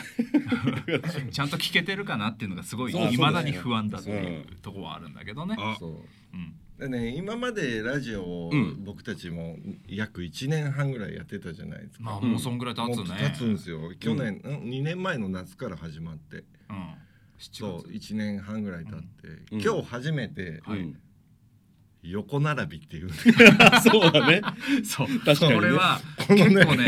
S2: ちゃんと聞けてるかなっていうのがすごい
S1: そうそう
S2: 未だに不安だっていうところはあるんだけどね。
S4: あ
S3: そう。
S2: うん
S3: でね、今までラジオを
S1: うん
S3: 僕たちも約1年半ぐらいやってたじゃないですか。
S2: まあもうそんぐらい経つ
S3: もう
S2: ね。
S3: 経つんですよ。去年、うん、2年前の夏から始まって、
S2: うん。
S3: そ
S2: 7
S3: う1年半ぐらい経って、
S1: うん
S3: 今日初めて
S1: うん
S3: 横並びっていう、
S1: そうだね
S2: 月。そう。
S1: 確かにね
S2: これは
S3: この
S2: 結
S3: ね
S2: 構ね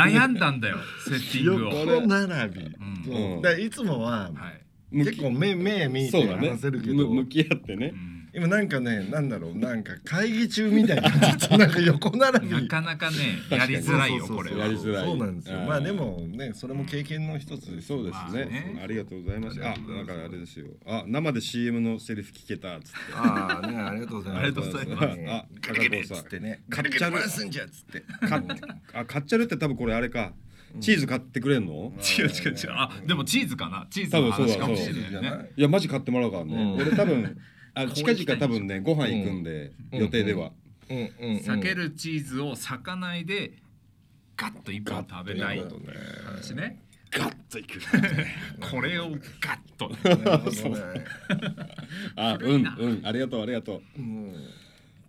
S2: 悩んだんだよセッティングを。は
S3: 横並び。
S2: ん
S3: そう
S1: うん
S3: だからいつもは、
S2: い。
S1: 向き
S3: 結構目目見
S1: そう
S3: て
S1: だね
S3: 話せるけ
S1: む
S3: ど、
S1: 向き合ってね
S2: うん
S3: 今なんかねなんだろうなんか会議中みたいになっちゃってなんか横並び
S2: なかなかねやりづらいよこれ
S1: や
S2: は
S1: り。づらい
S3: そうなんですよ
S1: あー
S3: まあでもねそれも経験の一つです
S1: そうで
S2: まあ
S1: す
S2: ね
S1: ねありがとうございましたあなんかあれですよあ生で CM のセリフ聞けたっつって
S5: ああねありがとうござい
S2: あ
S5: ます。
S2: りがとうございます。
S1: あ高子さん
S3: つってね
S1: カッチャル
S3: 回すんじゃっつって
S1: かあカッチャルって多分これあれかチーズ買ってくれんの
S2: 違う違う違う。あでもチーズかなチーズの話かもしれないよ
S3: じゃ
S2: ね。
S3: ない
S1: いやマジ買ってもらうからね俺多分 あ近々多分ねご飯行くんで予定では
S3: うんうん
S2: 避けるチーズを裂かないでガッと一本食べたいっていう話ね。
S1: ガッといく
S2: これをガッと。
S3: そうね
S1: あうんうんありがとうありがとう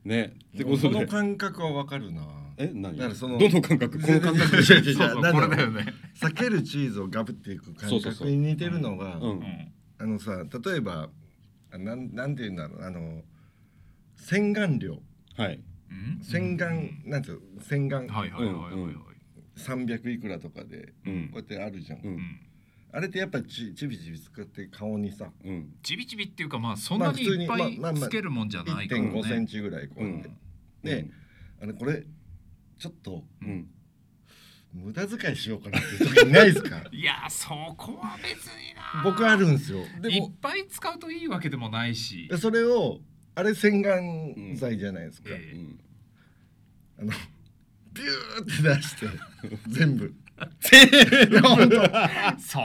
S1: ねってこ
S3: そ
S1: と
S3: の
S1: で
S3: 感覚はわかるな
S1: え何
S3: だからその
S1: どの感覚この感覚
S3: 違う違う違う
S2: そうそう
S3: なん
S2: こ
S3: ろ
S2: れ
S3: う
S2: だよね。
S3: 避けるチーズをガブっていく
S1: そ
S3: 感
S1: うそうそ
S3: 覚
S1: う
S3: に似てるのが
S1: う
S2: うんん
S3: あのさ例えばあなんなんていうんだろうあの洗顔料
S1: はい
S2: うん
S3: 洗顔、なんていうの洗顔
S2: はいはいはいはいはい。
S3: 300いくらとかで
S1: うん
S3: こうやってあるじゃん、
S1: うん
S2: うん
S3: あれってやっぱちちびちび使って顔にさ
S1: うん
S2: ちびちびっていうかまあそんなにいっぱ
S3: まあ
S2: い
S3: 普通にまあまあま
S2: つ
S3: あ
S2: けるもんじゃないから
S3: 1.5セン
S2: ね。
S3: チぐらいこうやって、
S1: うん
S3: で、あのこれちょっと
S1: うん
S3: 無駄遣いしようかなっていう時ないですか
S2: いやそこは別にな。
S3: 僕あるんですよ
S2: いっぱい使うといいわけでもないし
S3: で。それをあれ洗顔剤じゃないですか、
S1: う
S2: ええ
S1: ん
S3: あのビューって出して全部全部本
S2: そん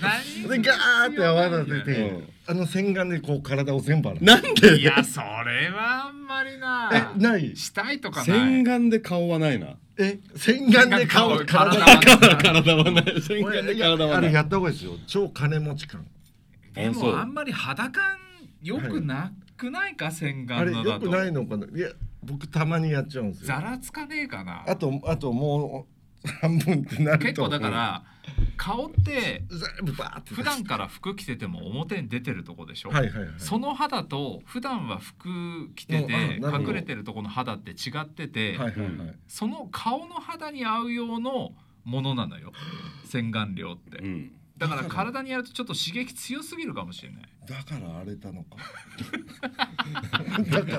S2: な
S3: 当
S2: に。
S3: でガーって泡立てて、
S1: うん
S3: あの洗顔でこう体を全部洗 う
S1: なんで
S2: いやそれはあんまりな。
S3: えない
S2: したいとかな
S1: 洗
S2: い。
S1: 顔で顔はないな
S3: え洗顔で顔
S2: 洗顔で顔
S3: 体
S1: 体はない洗
S3: これ
S1: 顔で体はな
S3: あれ
S1: い
S3: やった方がいいですよ超金持ち感
S2: で
S1: あそう
S2: もあんまり肌感良くなくないか洗
S3: あ
S2: 顔
S3: れ
S2: のだ
S3: よく
S2: と。
S3: ないのかないや僕たまにやっちゃうんですよ
S2: ざらつかねえかな。
S3: あとあともう半分ってなると
S2: 結構だから顔って
S3: 全部バーって出して
S2: 普段から服着てても表に出てるとこでしょ、
S3: はいはいはい
S2: その肌と普段は服着てて
S3: うんうんなるほど
S2: 隠れてるとこの肌って違ってて、
S3: はいはいはい、
S2: その顔の肌に合う用のものなのよ洗顔料って
S1: うん
S2: だから体にやるとちょっと刺激強すぎるかもしれない
S3: だから荒れたのか
S1: あ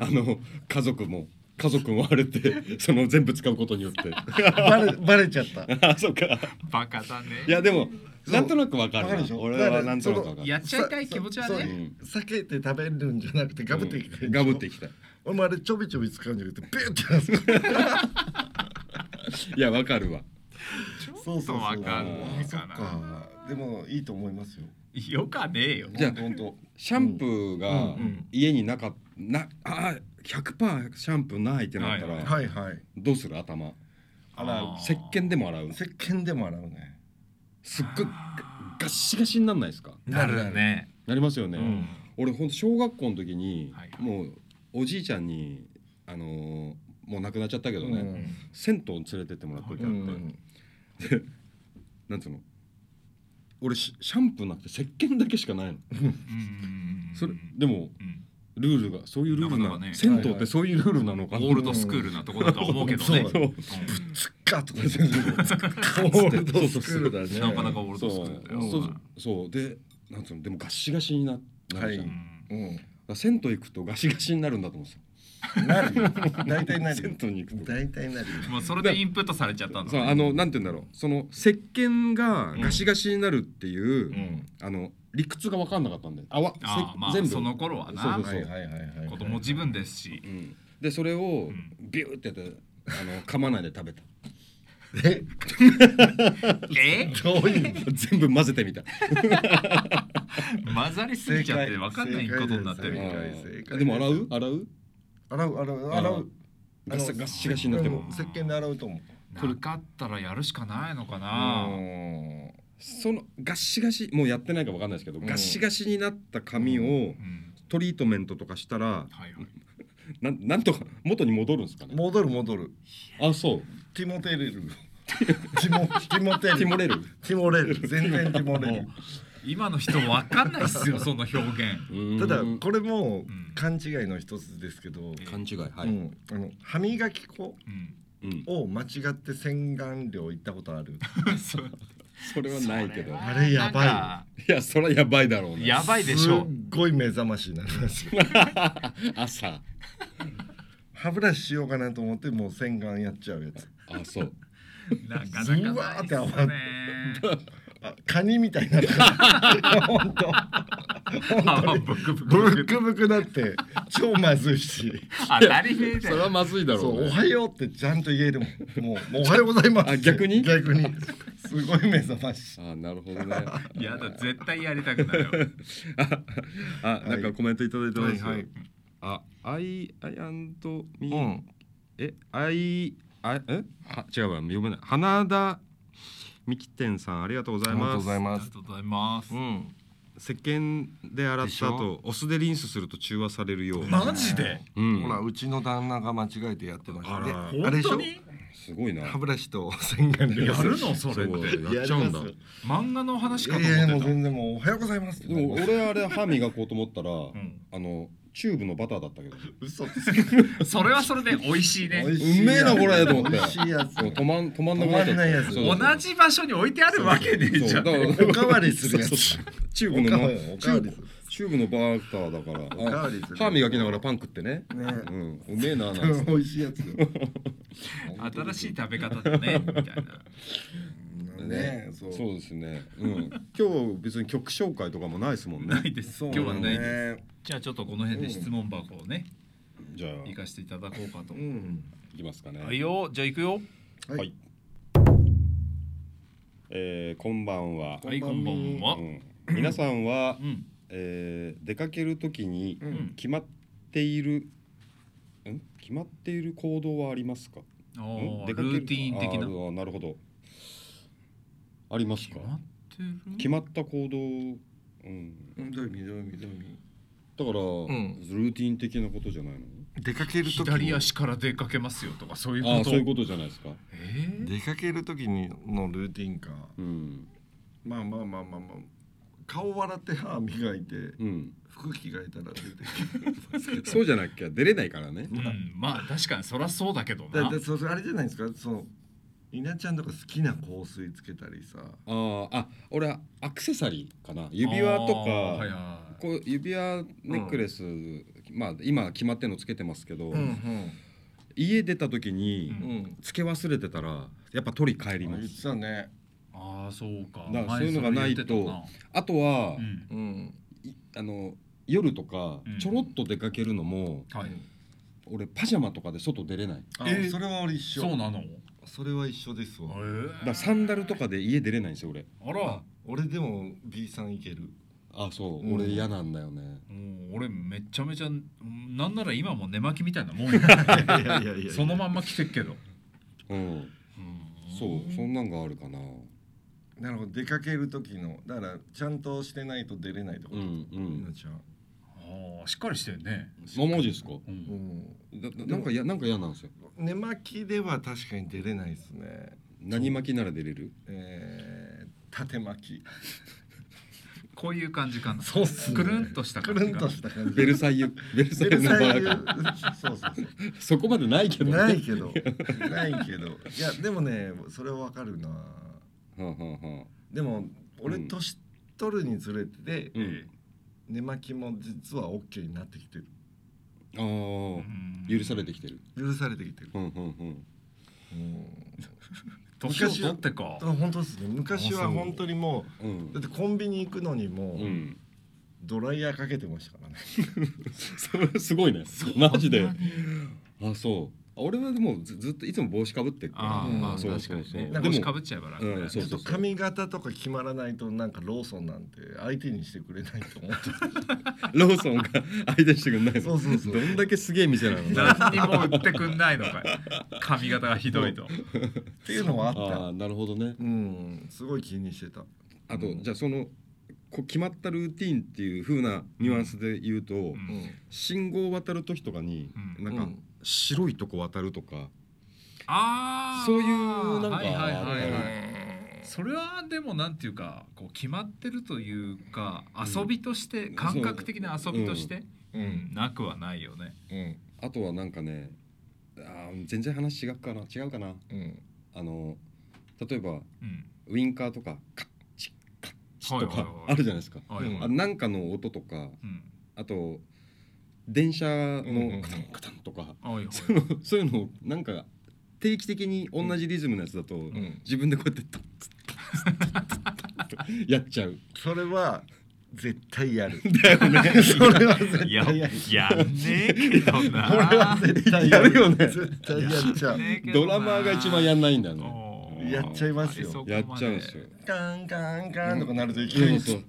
S1: の家族も家族もあれって その全部使うことによって
S3: バレバレちゃった
S1: あそうか
S2: バカだね
S1: いやでもなんとなくわか
S3: わか
S1: る
S3: るでし
S1: な
S3: ょ
S1: 俺はなんとなくわかる
S2: やっちゃいたい気持ちは
S3: そう
S2: ね
S3: 避けて食べるんじゃなくてガブっていきたい、
S1: ガブっていきたい
S3: 俺もあれちょびちょび使うんじゃなくてビューって出す
S1: いやわかるわ
S3: そうそうそう
S2: わかんない
S3: あそっ
S2: かな
S3: かでもいいと思いますよ
S2: よかねえよ
S1: じゃあ本当シャンプーが家になかなあ100%シャンプーないってなった
S2: は
S1: ら
S3: はいはい
S1: どうする頭
S3: 洗う
S2: あー
S1: 石鹸でも洗う
S3: 石鹸でも洗うね
S1: すっごいガッシガシになんないですか
S2: なるね
S1: なりますよね、
S2: ん
S1: 俺ほんと小学校の時に、
S2: はいはい
S1: もうおじいちゃんにあのーもう亡くなっちゃったけど
S3: う
S1: ね、
S3: ん
S1: 銭湯に連れてってもらった時あって、
S3: うん
S1: なんつうの俺シシャンプーなくて石鹸だけしかないの
S2: うん
S1: それでも
S2: うん
S1: ルールがそういうルール
S2: な
S1: な
S2: かなかね
S1: 銭湯ってそういうルールなのかな、
S2: オールドスクールなとこだとは思うけど
S3: そう
S2: ね
S3: だねつっかとか全部オールドスクールだね
S2: なかなかオール
S1: そ
S2: ド
S1: うそ
S2: スクールだよ。
S1: うそうでなんつうのでもガッシガシにななるじゃん、だか
S3: はうん
S1: ら銭湯行くとガシガシになるんだと思うんですよ
S3: なるよ大体なるよ
S1: 銭湯に行くと
S3: 大体なるよ
S2: もうそれでインプットされちゃったんだ。
S1: そうあのなんて言うんだろうその石鹸がガシガシになるっていう、
S3: うん
S1: あの理屈が分かんなかったんであわせ
S2: ああまあ
S1: 全部
S2: その頃はな
S1: そうそう
S3: は
S1: そ、
S3: いうはいはいはい
S2: 子供自分ですし
S1: う、ん、でそれを
S2: ん
S1: ビューってやってあの噛まないで食べた
S3: え
S2: え
S3: どういう
S1: 全部混ぜてみた
S2: 混ざりすぎちゃって分かんないことになって
S3: 正
S2: る。
S3: 解
S1: あ
S3: 正
S1: ー
S3: 解
S1: でも洗う洗う
S3: 洗う洗う
S1: あ
S3: 洗
S1: の
S3: う
S1: ガッサ
S3: あの
S1: ガッシガシになっても
S3: うん石鹸で洗うと思う
S2: なかったらやるしかないのかな。
S1: そのガッシガシもうやってないか分かんないですけど、ガッシガシになった髪を
S2: うん
S1: トリートメントとかしたら
S2: はいはい。
S1: なんなんとか元に戻るんですかね
S3: 戻る戻る
S1: あそう
S3: ティモテレルティモティモテレル
S1: ティモレル
S3: ティモレル全然ティモレル
S2: 今の人分かんないっすよその表現。
S3: ただ
S1: うん
S3: これも
S2: ん
S3: 勘違いの一つですけど、
S1: 勘違いは
S3: う
S1: い、
S3: ん、あの歯磨き粉
S2: うん。
S1: うん
S3: を間違って洗顔料行ったことある
S2: そう
S1: それはないけど
S3: あれやばいよ
S2: なんか
S1: いやそれはやばいだろうね
S2: やばいでしょ
S3: すっ。ごい目覚ましになりますよ
S1: 朝
S3: 歯ブラシしようかなと思ってもう洗顔やっちゃうやつ
S1: あそう
S2: なかなか
S3: う
S2: な
S3: わ
S2: い
S3: ー
S2: っ
S3: っ
S2: す
S3: て
S2: ね。
S3: あカニみたいになってるほんと
S2: あ ブクブク
S3: ブ
S2: ブ
S3: ッ
S2: ク
S3: クブクだって超まずいし
S2: 当たり前
S1: そ
S2: だ
S1: れ
S2: よ。
S1: はまずいだろ
S3: そうう「お
S1: ね
S3: はよう」ってちゃんと言えるもんもう「もうおはようございます」
S1: あ逆に
S3: 逆にすごい目覚まし
S1: あなるほどね
S2: やだ絶対やりたくないよ。
S1: あなんかコメントいただいてます、
S3: はいはい
S1: あアイアイアンドミ、
S5: うん
S1: えアイあえは違うわ読めない花田美希天さんありがとうござ
S5: あ
S1: い
S5: りがとう
S1: ま
S5: ご
S1: す
S5: ざい
S2: あ
S5: ま
S2: りが
S5: す。
S2: とうございます
S5: う。ん。
S1: 石鹸で洗った後お酢でリンスすると中和されるよう
S2: マジで。
S1: うん
S5: ほら、うちの旦那が間違えてやってましたね。
S1: あ
S5: あれでしょ
S1: すごいな
S5: 歯ブラシと。
S3: 洗顔料
S2: やるのそ
S1: そ
S2: れっ
S1: う
S2: て。
S1: やっちゃうんだ
S3: やり
S2: 漫画の話かと
S3: いやい
S2: 思
S3: やも
S2: って
S3: う
S2: た。
S3: 全然もう「おはようございます」って
S1: でも俺あれ歯磨こうと思ったら、
S2: ん
S1: あのチューブのバターだったけど。
S3: 嘘つ
S2: それはそれで美味しいね
S3: 美味し
S1: う
S3: い
S1: めえ
S3: やつ
S1: なこれと思って
S3: 美味しいやつ
S1: 止まん止まんなくなっちゃ
S3: 止まん
S1: っ
S3: ないや
S1: た。
S3: つ
S1: そう
S2: 同
S1: そう
S2: じ場所に置いてあるわけねえじゃん
S1: そうだ
S3: おかわりするやつ
S1: そうそうチューブ
S3: お
S1: の
S3: か
S1: な
S3: わりお
S1: チ
S3: か
S1: ュ
S3: わ
S1: ーブ
S3: りする
S1: チューブのバターだから
S3: おかわりする
S1: あ歯磨きながらパン食ってね
S3: ね
S1: うんうめえななんつっ
S3: うん
S1: て
S3: 美味しいやつよ
S2: 新しい食べ方だねみたいな
S3: ねそう
S1: そうですねうん今日別に曲紹介とかもないですもんね
S2: ないです
S3: そう
S2: 今日はないです
S3: ね
S2: じゃあちょっとこの辺で質問箱をね
S1: じゃあ
S2: 行かせていただこうかと
S3: うん
S1: いきますかね
S2: はいよじゃあ行くよ
S3: はい
S1: はいえーこんばんは
S2: はいこんばんは
S1: うん皆さんは
S2: うん
S1: えー出かけるときに
S2: ん
S1: 決まっているん決まっている行動はありますか
S2: あ
S1: ん
S2: ー
S1: 出
S2: ル
S1: かける
S2: ーティーン的な
S1: あーなるほどありますか
S2: 決まってる
S1: 決まった行動、うん、
S5: 緑緑緑
S1: だから、
S5: ん
S1: ルーティン的なことじゃないの
S5: 出かける時
S2: 左
S5: に
S2: 足から出かけますよとかそういう
S1: ああ
S2: こ
S1: ー
S2: と
S1: そういうことじゃないですか、
S2: えー
S5: 出かける時にのルーティンか
S1: うん
S5: まあまあまあまあまあ
S3: 顔笑って歯磨いて
S1: うん、
S3: 服着替えたら出 て
S1: そうじゃなきゃ出れないからね
S2: うんまあ確かにそりゃそうだけど
S3: だ
S2: な
S3: だそうそうあれじゃないですかその稲ちゃんとか好きな香水つけたりさ
S1: あーあ俺はアクセサリーかな指輪とか、
S2: あーはいはい
S1: こう指輪ネックレス、まあ今決まってんのつけてますけど、
S3: ん
S1: 家出た時に、
S2: うん
S3: ん
S1: つけ忘れてたらやっぱ取り帰りま
S3: 言って
S1: す
S3: たね
S2: ああそうか
S1: だから
S2: 前
S1: そういうのがないと
S2: それ言って
S1: あとは
S2: たな、うん
S3: うん
S1: いあの夜とか
S2: うん
S1: ちょろっと出かけるのも、
S2: はい
S1: 俺パジャマとかで外出れない
S3: あ、
S2: えー
S3: それは俺一緒
S2: そうなの
S5: それは一緒ですわ
S1: だからサンダルとかで家出れないんですよ俺
S2: あら
S5: 俺でも B さんいける
S1: あそう、
S5: うん
S1: 俺嫌なんだよね
S2: もう俺めちゃめちゃうんなんなら今も寝巻きみたい なもんよ
S5: いやいやいやいや
S2: そのまんま着てっけど
S1: うんそうそんなんがあるかな
S3: なるほど出かける時のだからちゃんとしてないと出れないってこ
S1: う
S3: と、
S1: んう
S3: 稲
S1: ん
S3: ちゃん、
S2: ああしっかりしてるね
S1: 桃ですか
S2: うん
S3: う
S1: だだなんかやなんか嫌なんですよ
S3: ん、寝巻きでは確かに出れないですね
S1: 何巻きなら出れる
S3: えー、縦巻き
S2: こういう感じかな
S3: そうっすね
S2: くるんとした
S3: く
S2: 感じ
S3: るんとした感じ
S1: ベルサイユ ベルサイ
S3: ベ
S1: ユ
S3: ル
S1: の
S3: サ
S1: バ
S3: イユ
S1: ーガ
S3: そうそうそう
S1: ーそこまでないけどね
S3: ないけどないけどいやでもねそれはわかるな
S1: はあはあはあ
S3: でも俺
S1: うん
S3: 年取るにつれて、
S1: うん
S3: 寝巻きも実は OK になってきてる
S1: あー許されてきてる
S3: 許されてきてる、
S1: うんうんうん
S3: うん、
S2: 年を取ってか
S3: だから本当ですね昔は
S1: あそう
S3: 本当にも
S1: う
S3: うだ
S1: ん
S3: ってコンビニ行くのにも
S1: う
S3: うんドライヤーかけてましたからね、
S1: それすごいねマジであそう俺はでもずずっといつも帽子かぶってるから
S2: ああまあ
S1: そ
S2: 確
S1: う
S2: か
S1: そう
S2: に
S1: そう
S2: ね
S1: でも
S2: 帽子かぶっちゃえば楽だ
S1: う
S2: ね
S1: んそう
S3: ちょっと髪型とか決まらないとなんかローソンなんて相手にしてくれないと思っ てた
S1: ローソンが相手してくんないの
S3: そうそうそう
S1: どんだけすげえ店なのね
S2: 何にも売ってくんないの かい髪型がひどいと
S3: っていうのはあった
S1: ああなるほどね
S3: うんすごい気にしてた
S1: あと、じゃあそのこう決まったルーティンっていう風なニュアンスで言うと、
S2: うん
S1: 信号を渡る時とかに、
S2: うん
S1: なんか、
S3: うん
S1: 白いとこ渡るとか
S2: ああ
S1: そういうなんか
S2: はいはい
S1: あ
S2: はい
S1: る
S2: は
S1: か
S2: いそれはでもなんていうかこう決まってるというか遊びとして、感覚的な遊びとして、うんなくはないよね。
S1: あとはなんかねあー全然話違うかな違うかな
S3: うん
S1: あの例えば
S2: うん、
S1: ウインカーとかカッチッカッチッと
S2: はい
S1: か
S2: はいはい
S1: あるじゃないですか、
S2: はいはい
S1: あなんかの音とか
S2: うん
S1: あと電車
S3: うんうん
S1: のカタンカタンとか、
S2: はいはい
S1: そういうのをなんか定期的に同じリズムのやつだと、
S3: ん
S1: 自分でこうやってタッツッタッツッタッツッタッツッやっちゃう
S3: それは絶対やるだよね それは絶対
S2: や
S3: やる
S2: やんねえけど
S3: これは
S2: な。
S3: 絶対
S1: やるよね
S3: 絶対や っちゃう
S1: ドラマーが一番やんないんだよね
S2: おー
S3: やっちゃいます
S2: あれそ
S3: よ
S2: こま
S1: やっちゃうんですよ
S3: ガンガンガンとかなるといきなり
S1: そう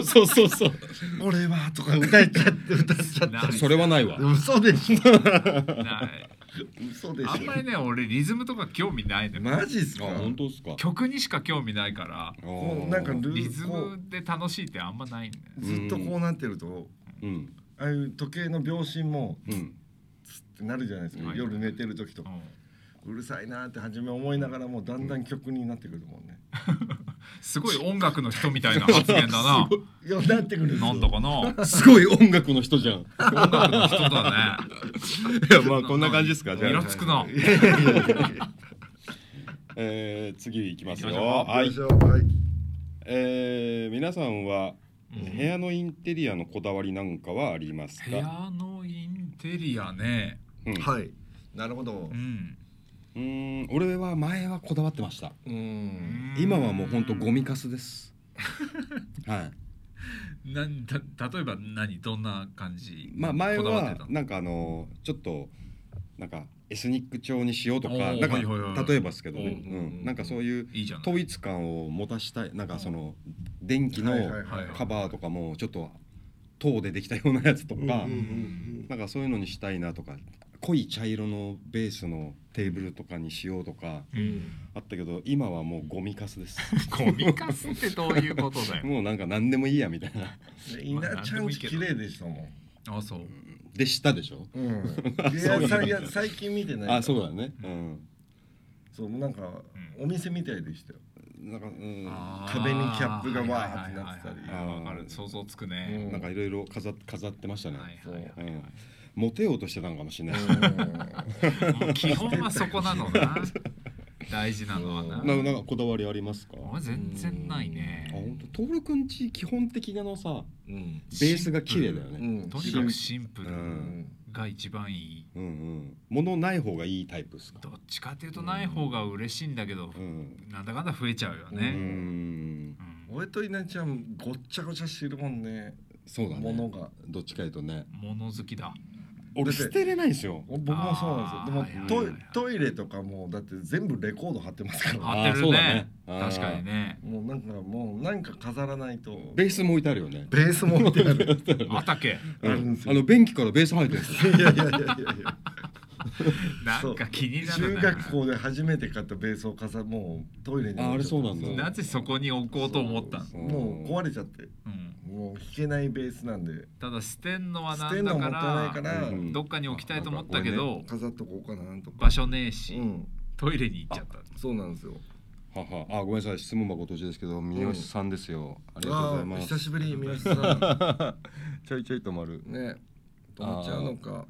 S1: そうそうそうそう
S3: 「俺は」とか歌っちゃって歌っちゃった
S2: な
S1: それはないわ
S3: 嘘でしょ
S2: ない
S3: 嘘でし
S2: あんまり
S3: ょ
S2: ね俺リズムとか興味ないのよ、
S3: マジっす
S1: あ
S3: か
S1: 本当ですか
S2: 曲にしか興味ないから
S1: あ
S3: も
S1: ー
S3: うなんかル
S2: リ
S3: ー
S2: ズ
S3: ルこ
S2: ムで楽しいってあんまないんだよ
S3: うずっとこうなってると
S1: うん
S3: ああいう時計の秒針も
S1: うん
S3: ってなるじゃないですか、
S2: はい
S3: 夜寝てる時と
S2: う
S3: か
S2: ん。
S3: うるさいなーって初め思いながらもうだんだん曲になってくるもんね、
S2: すごい音楽の人みたいな発言だな。
S8: いやなってくるんですよ
S2: なんだかな。音
S1: すごい音楽の人じゃん。
S2: 楽の人だね。
S9: いやまあこんな感じですか
S2: イ
S9: じゃ
S2: ラ
S9: あ
S2: つくな。
S1: えー、次いきますよ。
S2: 行きましょ
S1: は
S8: よい
S1: い
S8: し。ょはい
S1: えー、皆さんは部屋のインテリアのこだわりなんかはあります
S2: 部
S1: か？
S2: 屋のインテリアね。
S1: うん
S3: はい。なるほど
S2: う。ん。
S1: うーん、俺は前はこだわってました。
S3: うん。
S1: 今はもう本当ゴミカスです。はい。
S2: なた例えば何どんな感じ
S1: まあ前
S2: こだわって
S1: は
S2: たの
S1: なんかあのちょっとなんかエスニック調にしようとか
S2: おー
S1: なん
S2: はいはいはいは
S1: か
S2: い
S1: 例えばですけどね、
S3: うんうんうん
S1: うんなんかそういう
S2: いいじゃん
S1: 統一感を持たしたいなんかその電気の
S8: はいはいはい
S1: カバーとかもちょっと塔でできたようなやつとか
S3: うんうん
S1: なんかそういうのにしたいなとか濃い茶色のベースのテーブルとかにしようとか
S2: うん
S1: あったけど今はもうゴミカスです
S2: ゴミカスってどういうことだよ
S1: もうなんか何でもいいやみたいな
S8: 稲ちゃんち綺麗でしたもん。
S2: あそう
S1: でしたでしょ
S8: うん。いや最近最近見てない。
S1: あそうだ。ねうん
S8: そうなんかお店みたいでしたよ。
S1: なんかうん
S2: あー
S8: 壁にキャップがわーってなってたり
S2: はいはいはいはいわかる想像つくね、
S1: なんかいろいろ飾っ飾ってましたね、
S2: はいはいは
S1: うん、モテようとしてたのかもしれない、
S2: いもう基本はそこなのな大事なのはな
S1: ななんかこだわりありますか
S2: 俺全然ない
S1: あ
S2: ね
S1: 本当トールくんち基本的なのさ
S3: うん。
S1: ベースが綺麗だよ
S3: う
S1: ね
S3: ん。
S2: とにかくシンプル
S1: うん
S2: が一番いい
S1: うんうん物ない方がいいタイプですか
S2: どっちかっていうとない方が嬉しいんだけど、
S1: うん
S2: なんだかんだ増えちゃうよ
S1: う
S2: ね、
S1: ん
S2: うん
S3: 俺と稲ちゃんごっちゃごちゃしてるもんね。
S1: そうだね
S3: 物が
S1: どっちかいうとね
S2: 物好きだ
S1: 俺
S3: だって
S1: 捨てれないんですよ
S3: 僕もそうなんですよ。でもト
S2: あーはいは
S3: イ
S2: いはい
S3: トイレとかもだって全部レコード貼ってますから。
S2: 合って
S1: そ
S2: る
S1: う
S2: ね
S1: だねあー
S2: 確かにね
S3: もうなんかもうなんか飾らないと。
S1: ベースも置いてあるよ ね
S3: ベースも置いてある。
S2: あたけ
S1: うん
S3: あるんですよ
S1: あの便器からベース入ってるんですよ
S3: いやいやいやいやいや。
S2: なんか気になる
S3: 中
S2: な
S3: 学校で初めて買ったベースを飾もうトイレに
S1: ああれそうなんだ
S2: なぜそこに置こうと思ったの、
S3: もう壊れちゃって
S2: うん、
S3: もう弾けないベースなんで
S2: ただ捨てんのは
S3: 捨
S2: な
S3: て
S2: ん
S3: ん
S2: だ
S3: のも
S2: か
S3: ったい
S2: ら
S3: ないから、
S1: うん
S2: どっかに置きたいと思ったけど、
S3: なんかこれね飾っとこうかなとか
S2: 場所ねえし、
S3: うん
S2: トイレに行っちゃった
S3: そうなんですよ
S1: ははあごめんなさい質問箱途中ですけど三好さんですよ、ありがとうございま
S3: あー
S1: す
S3: 久しぶり宮下さ
S1: ちょいちょい止まる
S3: んね止まっちゃうのか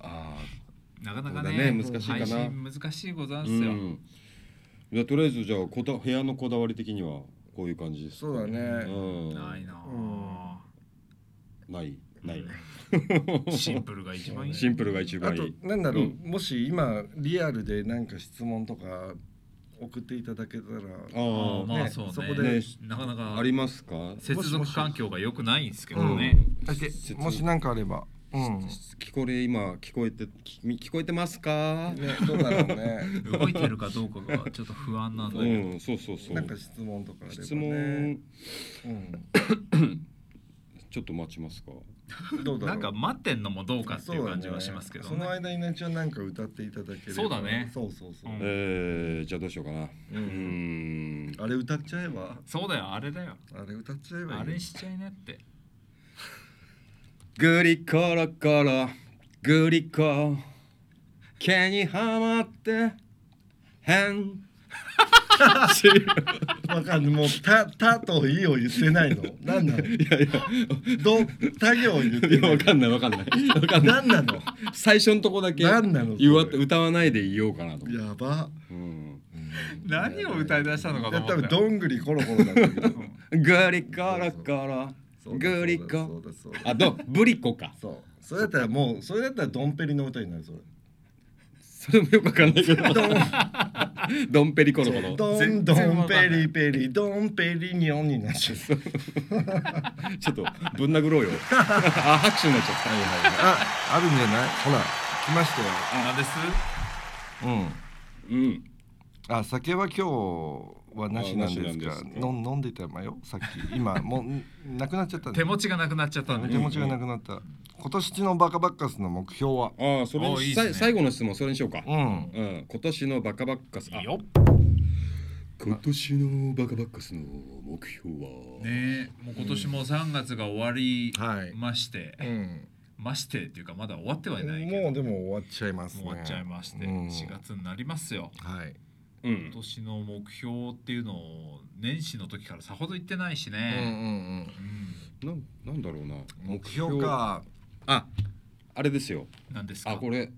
S1: ああ
S2: なかなか
S1: そうだ
S2: ね
S1: ね難しいかな
S2: 配信難しいござんすよ、
S1: うん、じゃあとりあえずじゃあこだ部屋のこだわり的にはこういう感じです
S3: そうだ
S1: う
S3: ね
S1: ん
S2: ないなあ
S1: ないない
S2: シンプルが一番い い
S1: シンプルが一
S3: あ
S1: 番い
S3: と
S1: い
S3: なんだろう、
S1: うん
S3: もし今リアルでなんか質問とか送っていただけたら
S1: あ
S2: あ
S1: ー
S2: ーまあ
S3: ね
S2: そうね
S3: そこで
S1: ね
S2: なかな
S1: あ
S2: か
S1: りますか
S2: 接
S3: もしも
S2: 続
S3: し
S2: 環境が良くないんですけど
S3: うん
S2: ね、
S3: だってもしなんかあればうん
S1: 聞こえ今聞こえてき聞こえてますか、
S3: ねどうだろうね
S2: 動いてるかどうかがちょっと不安なんだけど、
S1: うんそうそうそう、
S3: なんか質問とかあればね
S1: 質問
S3: う
S1: ちょっと待ちますか
S3: ん、どうだろ
S2: な
S3: う
S2: んか待ってんのもどうかっていう感じはしますけど
S3: そうだ
S2: ね。
S3: ねその間稲ちゃんなんか歌っていただければ
S2: そうだね
S3: そうそうそう、
S2: うん
S1: えー、じゃあどうしようかな
S3: うん
S1: うん
S3: あれ歌っちゃえば
S2: そうだよ、あれだよ。
S3: あれ歌っちゃえばいい
S2: あれしちゃいなって。
S1: グリコロコログリコ毛にはまって変
S3: わかんないもう「た」たと「い」を言ってないの何なのいやいや「ど」「た行」を言って
S1: いや
S3: ない
S1: わかんないわかんないわかんない
S3: 何なの
S1: 最初のとこだけ
S3: 何なの
S1: 言わ
S3: それ
S1: 歌わないでいようかなと、
S3: やば
S1: うん、
S2: 何を歌い出したのかと
S3: 多
S2: 思っ
S3: 分
S2: たよ。
S3: どんぐりコロコロだったけど
S1: グリコロコロ
S3: そうだ
S1: グリ
S3: そ
S1: コ
S3: うだそうだそうだ
S1: あどブリコか
S3: そうそれだったらもうそれだったらドンペリの歌になるそれ
S1: それもよくわかんないけど ドンペリコロコロ
S3: ドンドンペリペリドンペリニョンになっちゃう
S1: ちょっとぶん殴ろうよあ拍手になっちゃった、
S3: ああるんじゃないほら来ましたよ
S2: なんです
S3: うん
S1: うん
S3: あ酒は今日はなしなん
S1: あなし
S3: で
S1: なん
S3: す
S1: です
S3: か
S1: か
S3: 飲ん飲んでたまよさっき今もうなくなっちゃったんで
S2: 手持ちがなくなっちゃったんで。
S3: 手持ちがなくなった今年のバカバッカスの目標は
S1: ああそれ
S2: おーいいっす
S1: さい
S2: ね
S1: 最後の質問それにしようか、
S3: うん
S1: うん、今年のバカバッカスあ
S2: よ
S1: 今年のバカバッカスの目標は、
S2: っ。ねえ、もう今年も3月が終わり
S3: はい
S2: まして、
S3: うん
S2: ましてっていうかまだ終わってはいないけど、
S3: もうでも終わっちゃいますね
S2: もう終わっちゃいまして、
S3: うん
S2: 4月になりますよ。
S3: はい
S1: う
S2: 今
S1: ん
S2: 年の目標っていうのを年始の時からさほど言ってないし
S10: うんうん
S2: ね、
S1: なんなんだろうな
S10: うん目標か
S1: ああれですよ
S2: うん、なんですか
S1: あこれ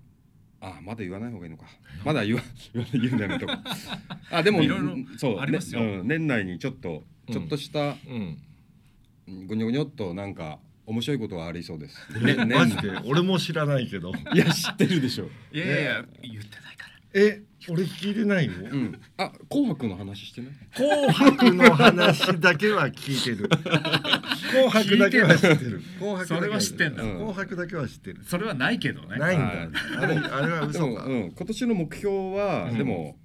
S1: あまだ言わない方がいいのかまだ言わ 言わない言うのやめとこうあでも
S2: いろいろ
S1: そう
S2: ありますよ
S1: ねうん、年内にちょっと
S10: うん
S1: ちょっとした、
S10: うん
S1: ごにょごにょっとなんか面白いことはありそうです、ね、年
S3: マジで俺も知らないけど
S1: いや知ってるでしょ、
S2: いやいやいや言ってないから
S3: え俺聞いてないよ
S1: うん、あ紅白の話してない
S3: 紅白の話だけは聞いてる紅白だけは知ってる紅白だけ
S2: それは知ってんだ
S1: うん
S3: 紅白だけは知ってる
S2: それはないけどね
S3: ないん
S1: は
S3: だ
S1: い
S3: あれあれは
S1: で
S3: 嘘
S1: も、
S3: か
S1: うん、今年の目標は、
S3: うん
S1: でも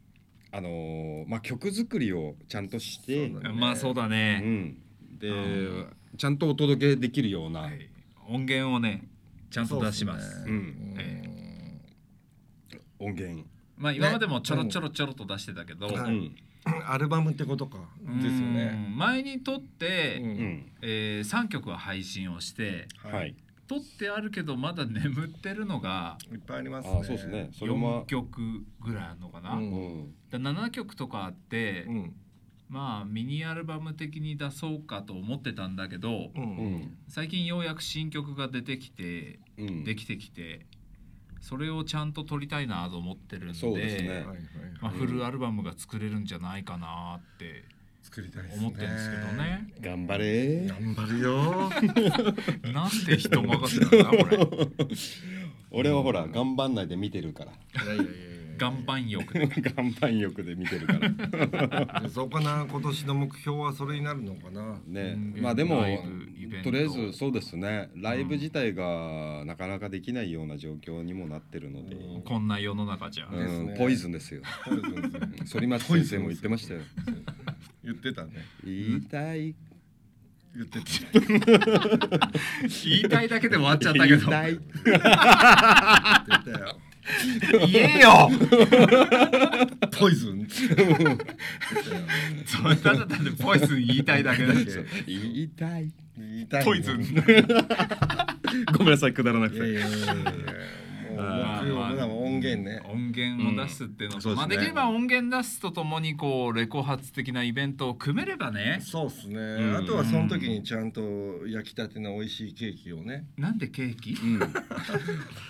S1: あのーまあ曲作りをちゃんとして
S3: そうだね
S2: まあそうだ
S1: う
S2: ね、
S1: んで
S2: うん
S1: ちゃんとお届けできるような、
S2: はい音源をねちゃんと出します
S3: そうっ
S1: う
S3: ね
S1: ん、
S2: ええ
S1: 音源、
S2: まあ今までもちょろちょろちょろっと出してたけど、
S3: は
S1: う
S3: い
S1: ん
S3: アルバムってことか
S2: うん
S3: ですよね
S2: 前に撮って、
S3: う
S1: う
S3: ん
S1: ん
S2: えー、3曲は配信をして
S1: はい
S2: 撮ってあるけどまだ眠ってるのが
S3: いっぱいありま
S1: あ
S3: す
S1: ー
S3: ね
S1: そうですねそれ
S2: 4
S1: も、
S2: 曲ぐらいあるのかな、
S1: う
S3: うん
S1: ん、
S2: だ7曲とかあって、
S3: うん
S2: まあミニアルバム的に出そうかと思ってたんだけど
S1: う
S3: う
S1: んん
S2: 最近ようやく新曲が出てきて
S1: うん
S2: できてきてそれをちゃんと撮りたいなと思ってるんで
S1: そうですね
S3: はいはいはい
S2: まあ、フルアルバムが作れるんじゃないかなって
S3: 作りたいですね
S2: 思ってるんですけどね。
S1: 頑張れー
S3: 頑張るよ
S2: なんて人任せなんだこ れ
S1: 俺はほら頑張んないで見てるから
S3: いやいやいやいや
S2: 岩盤浴で
S1: 岩盤浴で見てるから
S3: そうかな今年の目標はそれになるのかな
S1: ね
S2: うん
S1: まあでも
S2: ライブイベント
S1: とりあえずそうですねライブ自体がなかなかできないような状況にもなってるので、
S2: こんな世の中じゃ、
S1: うん
S3: ですね
S1: ポイズンですよ
S3: そうですそうです
S1: 反町先生も言ってましたよ
S3: 言ってたね
S1: 言いたい
S3: 言ってた
S2: 言いたいだけで終わっちゃっ
S1: 言
S2: たけ
S1: い
S2: ど
S1: たい
S3: 言ってたよ
S2: 言えよ
S3: ポイズン
S2: それただ単にポイズン言いたいだけ だし
S1: 言いたい
S3: 言いたいね
S2: ポイズン
S1: ごめんなさいくだらなく
S3: いやいやいやいやもう目標
S2: まあまあ
S3: も音源ね
S2: 音源を出すっていうのと、
S3: うん
S2: まあ
S3: そうで
S2: です
S3: ね
S2: きれば音源出すとともにこうレコ発的なイベントを組めればね
S3: そうっすね、
S1: ん
S3: あとはその時にちゃんと焼きたての美味しいケーキをね
S2: なんでケーキ
S1: うん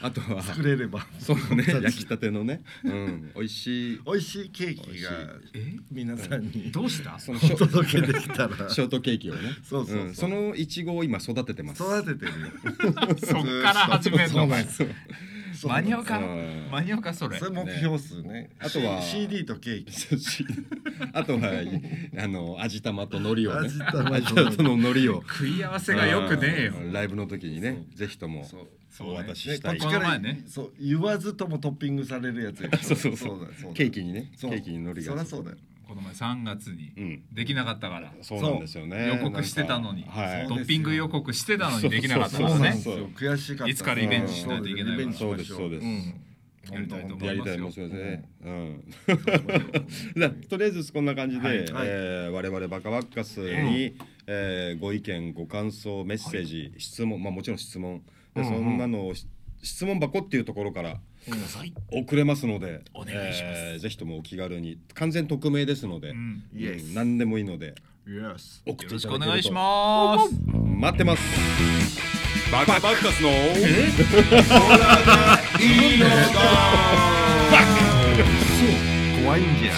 S1: あとは
S3: 作れれば
S1: そう ね焼きたてのね、うん、美味しい
S3: 美味しいケーキが
S2: え
S3: 皆さんに
S2: どうした
S1: そのショ
S3: お 届けできたら
S1: ショートケーキをね
S3: そうそうそうん
S1: そのいちごを今 育ててます
S3: 育ててるよ
S2: そっから始める
S3: そう
S2: の
S3: なんですそうな
S2: 間
S3: んで
S2: に
S3: す
S2: 合うか
S1: うん
S2: 間に合うかそれ
S3: それ目標っすね
S1: あとは
S3: C- CD とケーキ
S1: そうし あとはあの味玉と海苔をね
S3: 味玉と海苔
S1: 味玉との海苔を
S2: 食い合わせがよくねえよ
S1: うんライブの時にねぜひとも
S3: そう
S2: そう
S1: お
S2: ね
S1: 渡し
S3: ね
S1: し
S3: こ
S1: た
S3: っ
S1: い
S3: ち
S2: こ
S3: か
S2: の前
S3: ら
S2: ね
S3: そう言わずともトッピングされるやつや
S1: そうそうそう
S3: だだ
S1: ケーキにねケ
S3: そう
S1: ーキに海苔
S3: そ
S1: が
S3: りゃそうだよ
S2: この前3月
S1: う
S2: に
S1: ん
S2: できなかったから、
S1: そうなんですよね
S2: 予告してたのに、
S1: なんかはい
S2: トッピング予告してたのにできなかった
S3: そ
S2: か
S3: う
S2: ら
S3: なん
S2: ね
S3: ですよ悔しかった
S2: いつかリベンジしないといけないから
S3: うん
S1: そうですそうです
S2: やりたいと思
S1: や
S2: い
S1: り
S2: ま
S1: た
S2: す
S1: い
S2: よ
S1: もんですねうん だからとりあえずこんな感じで、
S2: はいはい
S1: えー我々バカバッカスに、えーご意見ご感想メッセージ、質問まあもちろん質問で、そんなのをし質問箱っていうところから送れますのでお願いします、えーぜひともお気軽に完全匿名ですので、
S2: う
S1: うん
S2: ん、
S1: ん何でもいいので
S3: です
S1: 送っていただけ
S2: よ
S1: ると
S2: ろしくお願いします
S1: 待ってますバカバッカスの
S3: 怖いん じゃ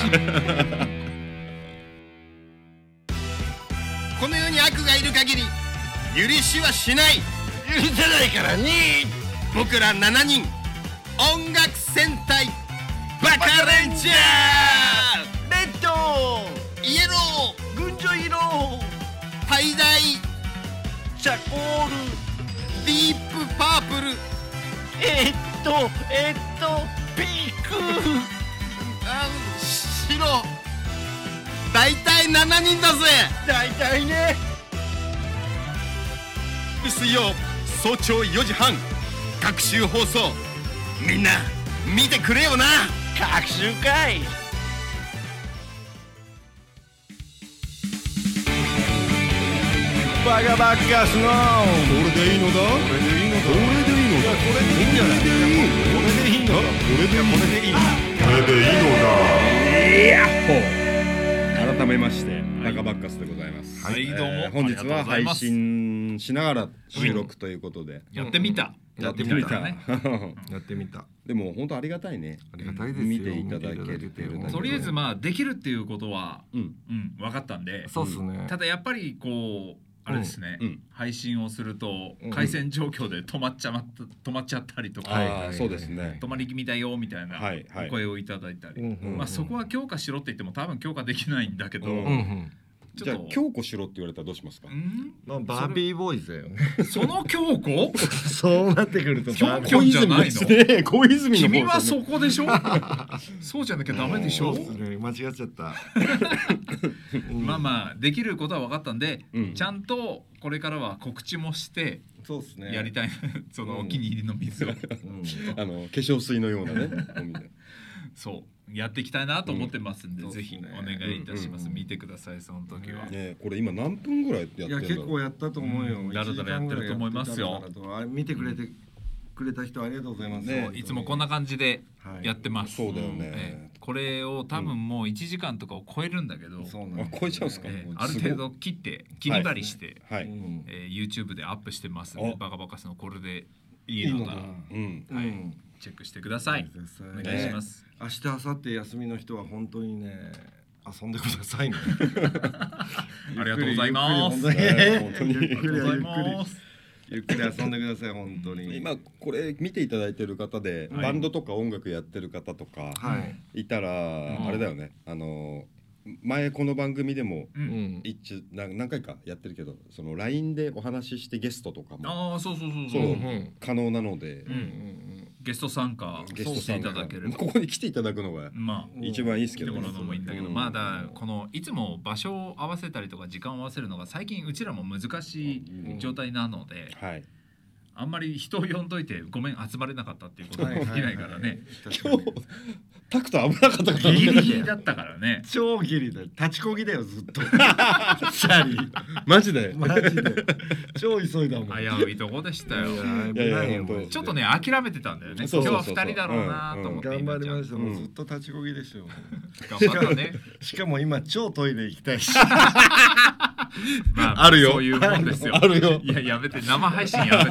S6: この世に悪がいる限り許しはしない許せないからね僕ら7人音楽戦隊バカレンジャーレッドイエロー群青色大大チャコールディープパープルえっとえっとピークあ白大体7人だぜ大体ね水曜早朝4時半各週放送みんな見てくれよな各週かい
S11: バカバカスノーこれでいいのだこれでいいのだこれでいいのだこれでいいんじゃないこれでいいのだこれでいいのだこれでいいのだ
S1: めまして、バカバッカスでございます。
S2: はい
S1: えー
S2: どうも
S1: 本
S2: あ
S1: 日
S2: りがとう
S1: は
S2: ござ
S1: 配
S2: います
S1: 信しながら収録ということで。
S2: やってみた。
S1: やって
S2: み
S1: み
S2: た
S1: た
S2: ね。
S3: やってみた。
S1: でも本当ありがたいね。
S3: ありがたいですよ。
S1: 見ていただけるという
S3: 見ていただけ
S2: とりあえず
S3: ま
S2: まあできるっていうことは、
S1: うん。
S2: うん、分かったんで
S3: あ。そうですね。
S2: ただやっぱりこうあれですね、
S1: うんうん
S2: 配信をすると回線状況で止まっちゃまった止まっちゃったりとか、
S3: はい
S1: ああそうですね。
S2: 止まり気味だよみたいな
S1: はいはい
S2: お声をいただいたり、
S3: うんうん
S2: まあ、そこは強化しろって言っても多分強化できないんだけど、
S1: うん
S3: うんうん。
S2: ち
S1: じ
S2: ょ
S1: ゃ
S2: っ
S1: あ
S2: と
S1: 強固しろって言われたらどうしますか
S2: う。ん
S3: まあバービーボーイズだよね。
S2: その強 固
S3: そうなってくるとバービー
S2: 強固じゃないの
S1: 小泉ですね。小泉の方ですね
S2: 君は そこで しょそうじゃなきゃダメでし
S3: そ
S2: ょ
S3: うですね。間違っちゃった。
S2: まあまあできることは分かったんで、
S1: うん
S2: ちゃんとこれからは告知もして
S1: そうですね
S2: やりたい、 そのお気に入りの 水を、
S1: あの化粧水のような ね。お水
S2: そうやっていきたいなと思ってますんで、
S3: うん
S2: ぜひ
S3: そうっすね
S2: お願いいたします、
S1: うんうん
S2: 見てくださいその時は、
S1: ねこれ今何分ぐらいやってん
S3: い
S1: だ
S3: や
S1: ろう。
S3: 結構やったと思うよ。
S2: うんだらだらやってると思いますよ
S3: 一時間ぐらいやってたんだからとあ見てくれてくれた人ありがとうございます。
S2: そういつもこんな感じでやってます、
S1: はいそうだよね
S2: ええこれを多分もう1時間とかを超えるんだけど、
S3: そうなん
S1: あ超えちゃうんですか。
S2: ええ
S1: もう
S2: ある
S1: すごい
S2: 程。度切って切り張りして、
S1: は
S3: う
S1: い。
S3: ん。
S2: えー YouTube でアップしてますんで
S1: お
S2: バカバカさんのこれでいいのか
S1: うん。
S3: はい。
S2: チェックしてください、お願いします、
S3: 明日明後日休みの人は本当にね遊んでくださいね。
S2: ありがとうございます
S3: ゆっくり
S1: 本当に
S3: ゆっくり
S2: ありがとうござい
S3: ゆっくり
S2: ます
S3: ゆっくり遊んでください本当に。
S1: 今これ見ていただいてる方で、
S2: はい
S1: バンドとか音楽やってる方とか
S3: はい。
S1: いたら、
S2: ん
S1: あれだよねあの前この番組でも
S2: う
S3: うんん。
S1: 一な何回かやってるけどその LINE でお話ししてゲストとかも
S2: ああそうそうそう
S1: そ
S2: そうう、
S3: うん
S1: 可能なので、
S2: うんゲスト参加
S1: ゲスト
S2: して
S1: さ
S2: い
S1: ん
S2: た
S1: が
S2: だければ
S1: ここに来ていただくのが
S2: まあ
S1: 一番いいです
S2: 来
S1: け
S2: て
S1: ど
S2: もらうのもいいんだけど、
S1: うん
S2: まあだからこのいつも場所を合わせたりとか時間を合わせるのが最近うちらも難しい状態なので、
S1: はい
S2: あんまり人を呼んどいてごめん集まれなかったっていうこともできないから ね
S1: 今日タクト危なかったから
S2: ギリギリだったからね
S3: 超ギリだよ立ちこぎだよずっとチャリ
S1: マジで
S3: マジで超急いだもん
S2: 危ういとこでしたよ
S3: い
S1: いやいや本
S3: よ
S1: 当
S3: マジで
S2: ちょっとね諦めてたんだよね
S1: そうそうそうそう
S2: 今日は2人だろうなと思って
S3: 頑張りましたも
S1: う
S3: うんずっと立ちこぎでしょ
S2: た頑張ったね
S3: しかも今超トイレ行きたいし
S2: まあ、
S1: あるよ
S2: そういうもんですよ。
S1: あるよ
S2: いや、やめて、生配信やめ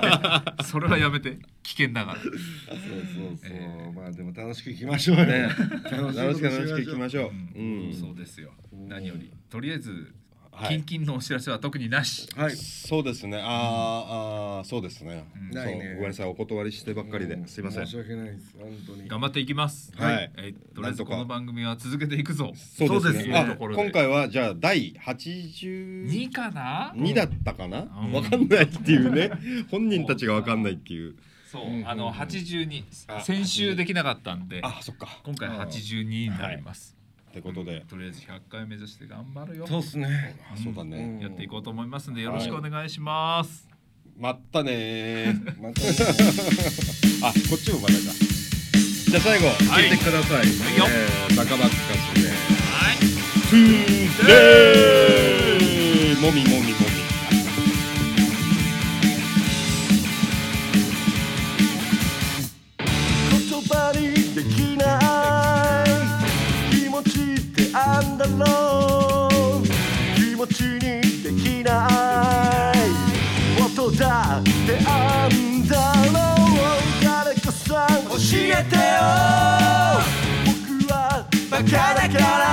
S2: て。それはやめて。危険だから。
S3: そうそうそう
S2: え
S3: まあでも楽しく行きましょうね楽
S1: 楽しく楽しくい
S3: 行
S1: きましょう、
S2: う
S1: うんん
S2: そうですよ。何より。とりあえず、
S1: は
S2: 近
S1: い
S2: 々のお知らせは特になし。
S3: はい
S1: そうですねあーあーそうですね,、
S2: うん
S1: そう
S3: ないね
S1: ごめんなさいお断りしてばっかりで、
S3: うん
S1: すいません
S3: 申し訳ないです本当に
S2: 頑張っていきます。
S1: はい
S2: えーとりあえず、この番組は続けていくぞ。
S1: そうですね
S3: そうですね
S1: あ
S2: ところで
S1: 今回はじゃあ第82
S2: 2かな
S1: だったかな、
S2: うん
S1: わかんないっていうね本人たちがわかんないっていう
S2: そう、あの、82。
S1: あ
S2: 先週できなかったんで、
S1: あそっか
S2: 今回82になります。
S1: ってことで、
S2: とりあえず100回目指して頑張るよ。
S3: そうっすね
S1: あそうだね、
S2: やっていこうと思いますんで、よろしくお願いします。
S1: まったねー
S3: またね
S1: あこっちもまたかじゃあ最後
S2: はい
S1: 聞いてください、
S2: いよ
S1: えーバカバカスで
S2: はい
S1: 「トゥーデー」もみもみもみ
S6: 言葉にできない気持ちってあんだろう気持ちにできない音だってあんだろう誰かさん教えてよ僕はバカだから